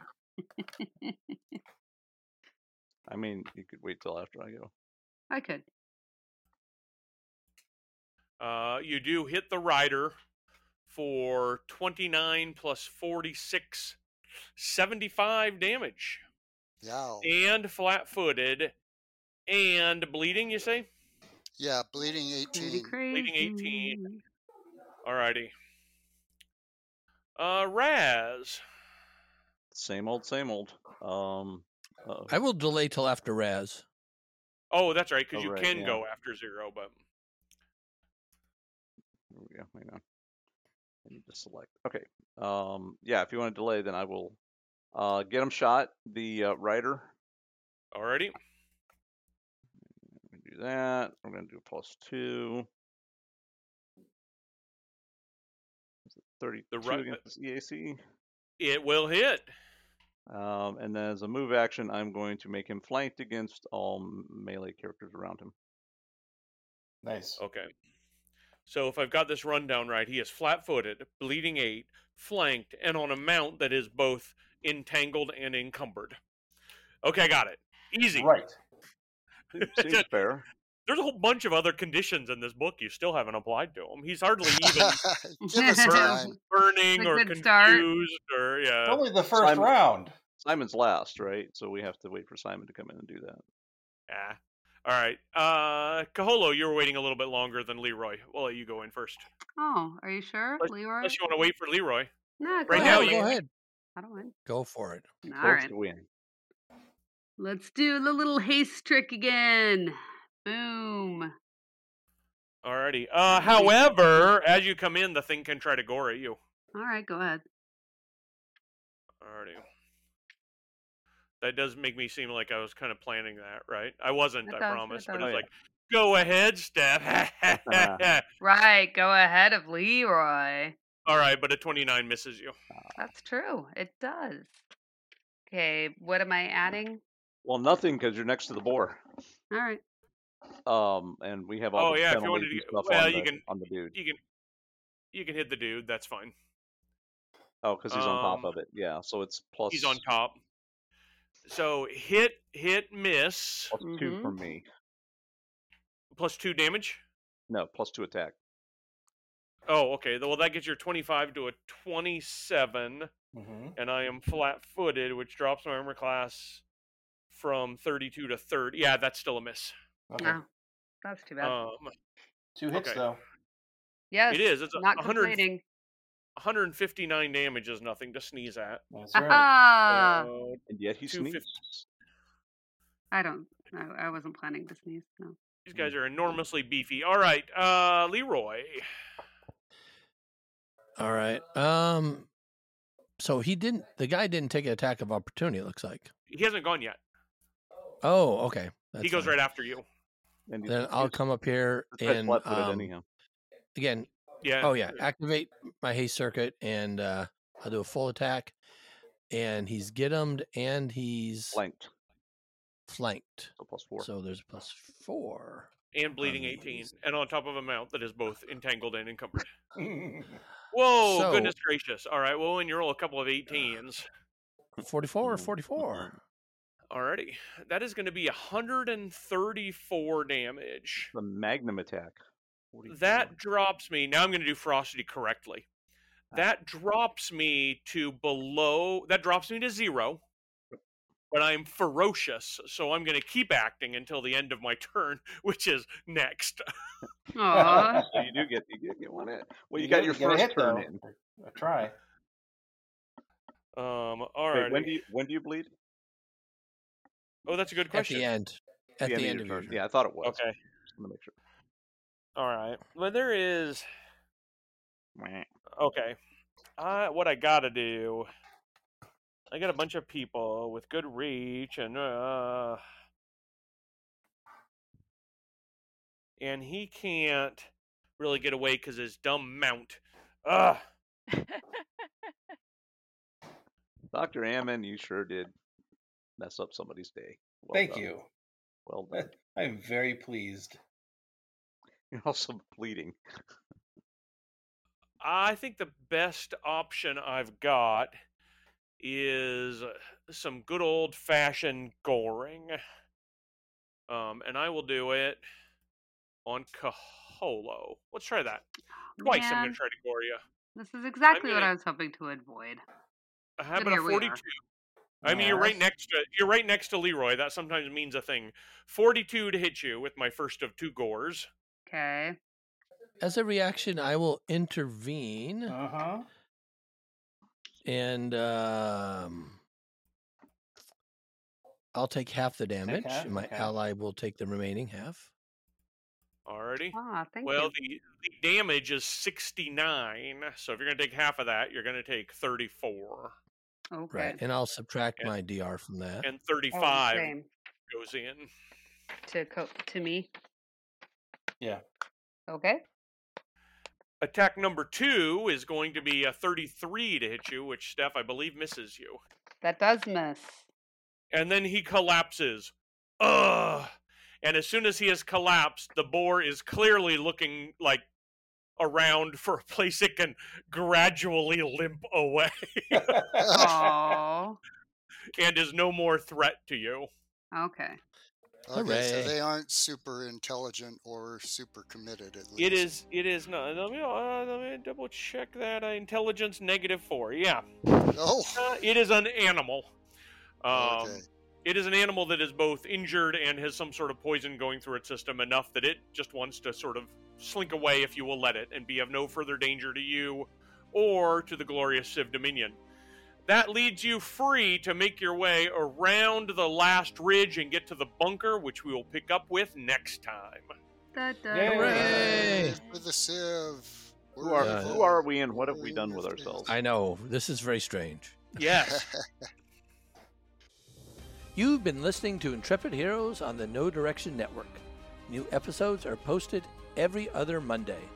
I mean, you could wait till after I go.
I could.
Uh, you do hit the rider for 29 plus 46, 75 damage.
Yeah.
And flat footed and bleeding, you say?
Yeah, bleeding 18.
Bleeding 18. Alrighty. Uh, Raz.
Same old, same old. Um, uh-oh.
I will delay till after Raz.
Oh, that's right, because oh, you right, can yeah. go after zero, but.
There we go. Hang on. I need to select. Okay. Um, yeah, if you want to delay, then I will uh, get him shot, the uh, rider.
Alrighty.
do that. We're going to do plus two. 30 the E right, against EAC.
It will hit.
Um, and then as a move action, I'm going to make him flanked against all melee characters around him.
Nice.
Okay. So if I've got this rundown right, he is flat footed, bleeding eight, flanked, and on a mount that is both entangled and encumbered. Okay, I got it. Easy.
Right.
Seems fair.
There's a whole bunch of other conditions in this book you still haven't applied to him. He's hardly even
Give us burn,
burning or confused start. or yeah.
Only the first Simon, round.
Simon's last, right? So we have to wait for Simon to come in and do that.
Yeah. All right. Uh Caholo, you're waiting a little bit longer than Leroy. We'll let you go in first.
Oh, are you sure?
Unless,
Leroy?
Unless you want to wait for Leroy.
No,
right
ahead,
now
go
you
ahead.
I don't mind.
Go for it.
All right.
win.
Let's do the little haste trick again. Boom.
Alrighty. Uh however, as you come in, the thing can try to gore at you.
Alright, go ahead.
Alrighty. That does make me seem like I was kind of planning that, right? I wasn't, I, I promise. It but it's like, go ahead, Steph. uh-huh.
right, go ahead of Leroy.
All right, but a 29 misses you.
That's true. It does. Okay, what am I adding?
Well, nothing because you're next to the boar.
All right.
Um, and we have all.
Oh
the
yeah, if you
penalties
wanted to,
and
get,
stuff
well,
on
you
the,
can
on the dude.
you can you can hit the dude. That's fine.
Oh, because he's on
um,
top of it. Yeah, so it's plus.
He's on top. So hit, hit, miss.
plus two
Mhm.
from me.
Plus two damage.
No, plus two attack.
Oh, okay. Well, that gets your 25 to a 27,
Mm-hmm.
and I am flat-footed, which drops my armor class from 32 to 30. Yeah, that's still a miss.
Okay.
No, Oh, that's too bad.
Um,
Two hits
okay.
though.
yes,
it is. uh, It's a
Not
100
completing.
159 damage is nothing to sneeze at.
That's right.
Ah,
Uh,
And yet he
Two fif-
sneezes.
I don't. I, I wasn't planning to sneeze. No.
mm,
these guys are enormously beefy. All right, uh, Leroy.
All right. Um, so he didn't. The guy didn't take an attack of opportunity. It looks like.
He hasn't gone yet.
Oh, okay. That's
he goes
fine.
right after you.
And
Then I'll come up here and
flat footed
um,
anyhow.
again.
Yeah.
Oh yeah, activate my haste circuit and uh, I'll do a full attack. And he's get and he's
Flanked.
flanked.
So plus four.
So there's plus four.
And bleeding
Um,
18, and on top of a mount that is both entangled and encumbered. Whoa,
So-
goodness gracious. All right, well, and you roll a couple of 18s.
44
Mhm.
44.
Alrighty. That is going to be 134 damage.
The magnum attack. 44.
That drops me. Now I'm going to do ferocity correctly.
Ah.
That drops me to below. That drops me to zero. But I'm ferocious, so I'm going to keep acting until the end of my turn, which is next.
Aw.
So you do get you get, get one hit. Well, you, got your
get a
first
hit,
turn
though.
in.
A try.
Um.
Wait,
Alrighty.
when do you when do you bleed?
oh, that's a good
At the
question.
end. At the,
end your
end of your
turn.
turn.
Yeah, I thought it was.
Okay.
Just wanna make sure.
All right. Well, there is. Okay. Uh, what I gotta do? I got a bunch of people with good reach, and uh, and he can't really get away because his dumb mount. Ugh.
Doctor Ammon, you sure did mess up somebody's day. Well
Thank
done.
you.
Well done.
I'm very pleased.
You're also bleeding.
I think the best option I've got is some good old fashioned goring. Um, and I will do it on Polo. Let's try that. Twice I'm going
Man.
to try to gore you.
This is exactly what
gonna-
I was hoping to avoid.
Uh, How
But
about a
here we are.
42? I mean, you're
Yes.
right next to you're right next to Leroy. That sometimes means a thing. 42 to hit you with my first of two gores.
Okay.
As a reaction, I will intervene
Uh huh.
and um, I'll take half the damage.
half,
and my
okay.
ally will take the remaining half.
Alrighty.
Ah, thank
Well,
you.
the, the damage is 69. So if you're going to take half of that, you're going to take 34
okay.
Right. And I'll subtract
Yeah.
my DR from that.
and
Oh,
35
same.
goes in.
to co- to me.
Yeah.
Okay.
Attack number 2 is going to be a 33 to hit you, which Steph I believe misses you.
That does miss.
and then he collapses. Ugh. And as soon as he has collapsed, the boar is clearly looking like around for a place it can gradually limp away
Oh.
and is no more threat to you.
okay.
Okay, so
Hooray.
they aren't super intelligent or super committed at least.
It is it is not let me, uh, let me double check that uh, intelligence negative 4. Yeah.
Oh,
Uh, it is an animal. Um
okay.
It is an animal that is both injured and has some sort of poison going through its system enough that it just wants to sort of slink away if you will let it and be of no further danger to you or to the glorious Civ Dominion. That leads you free to make your way around the last ridge and get to the bunker, which we will pick up with next time.
Da, da,
Yay.
da.
Hooray.
For the Civ.
Who
We're
are,
Yeah.
who
evil.
are we and what have we done with
Yeah.
ourselves?
I know. This is very strange.
Yes.
You've been listening to Intrepid Heroes on the No Direction Network. New episodes are posted every other Monday.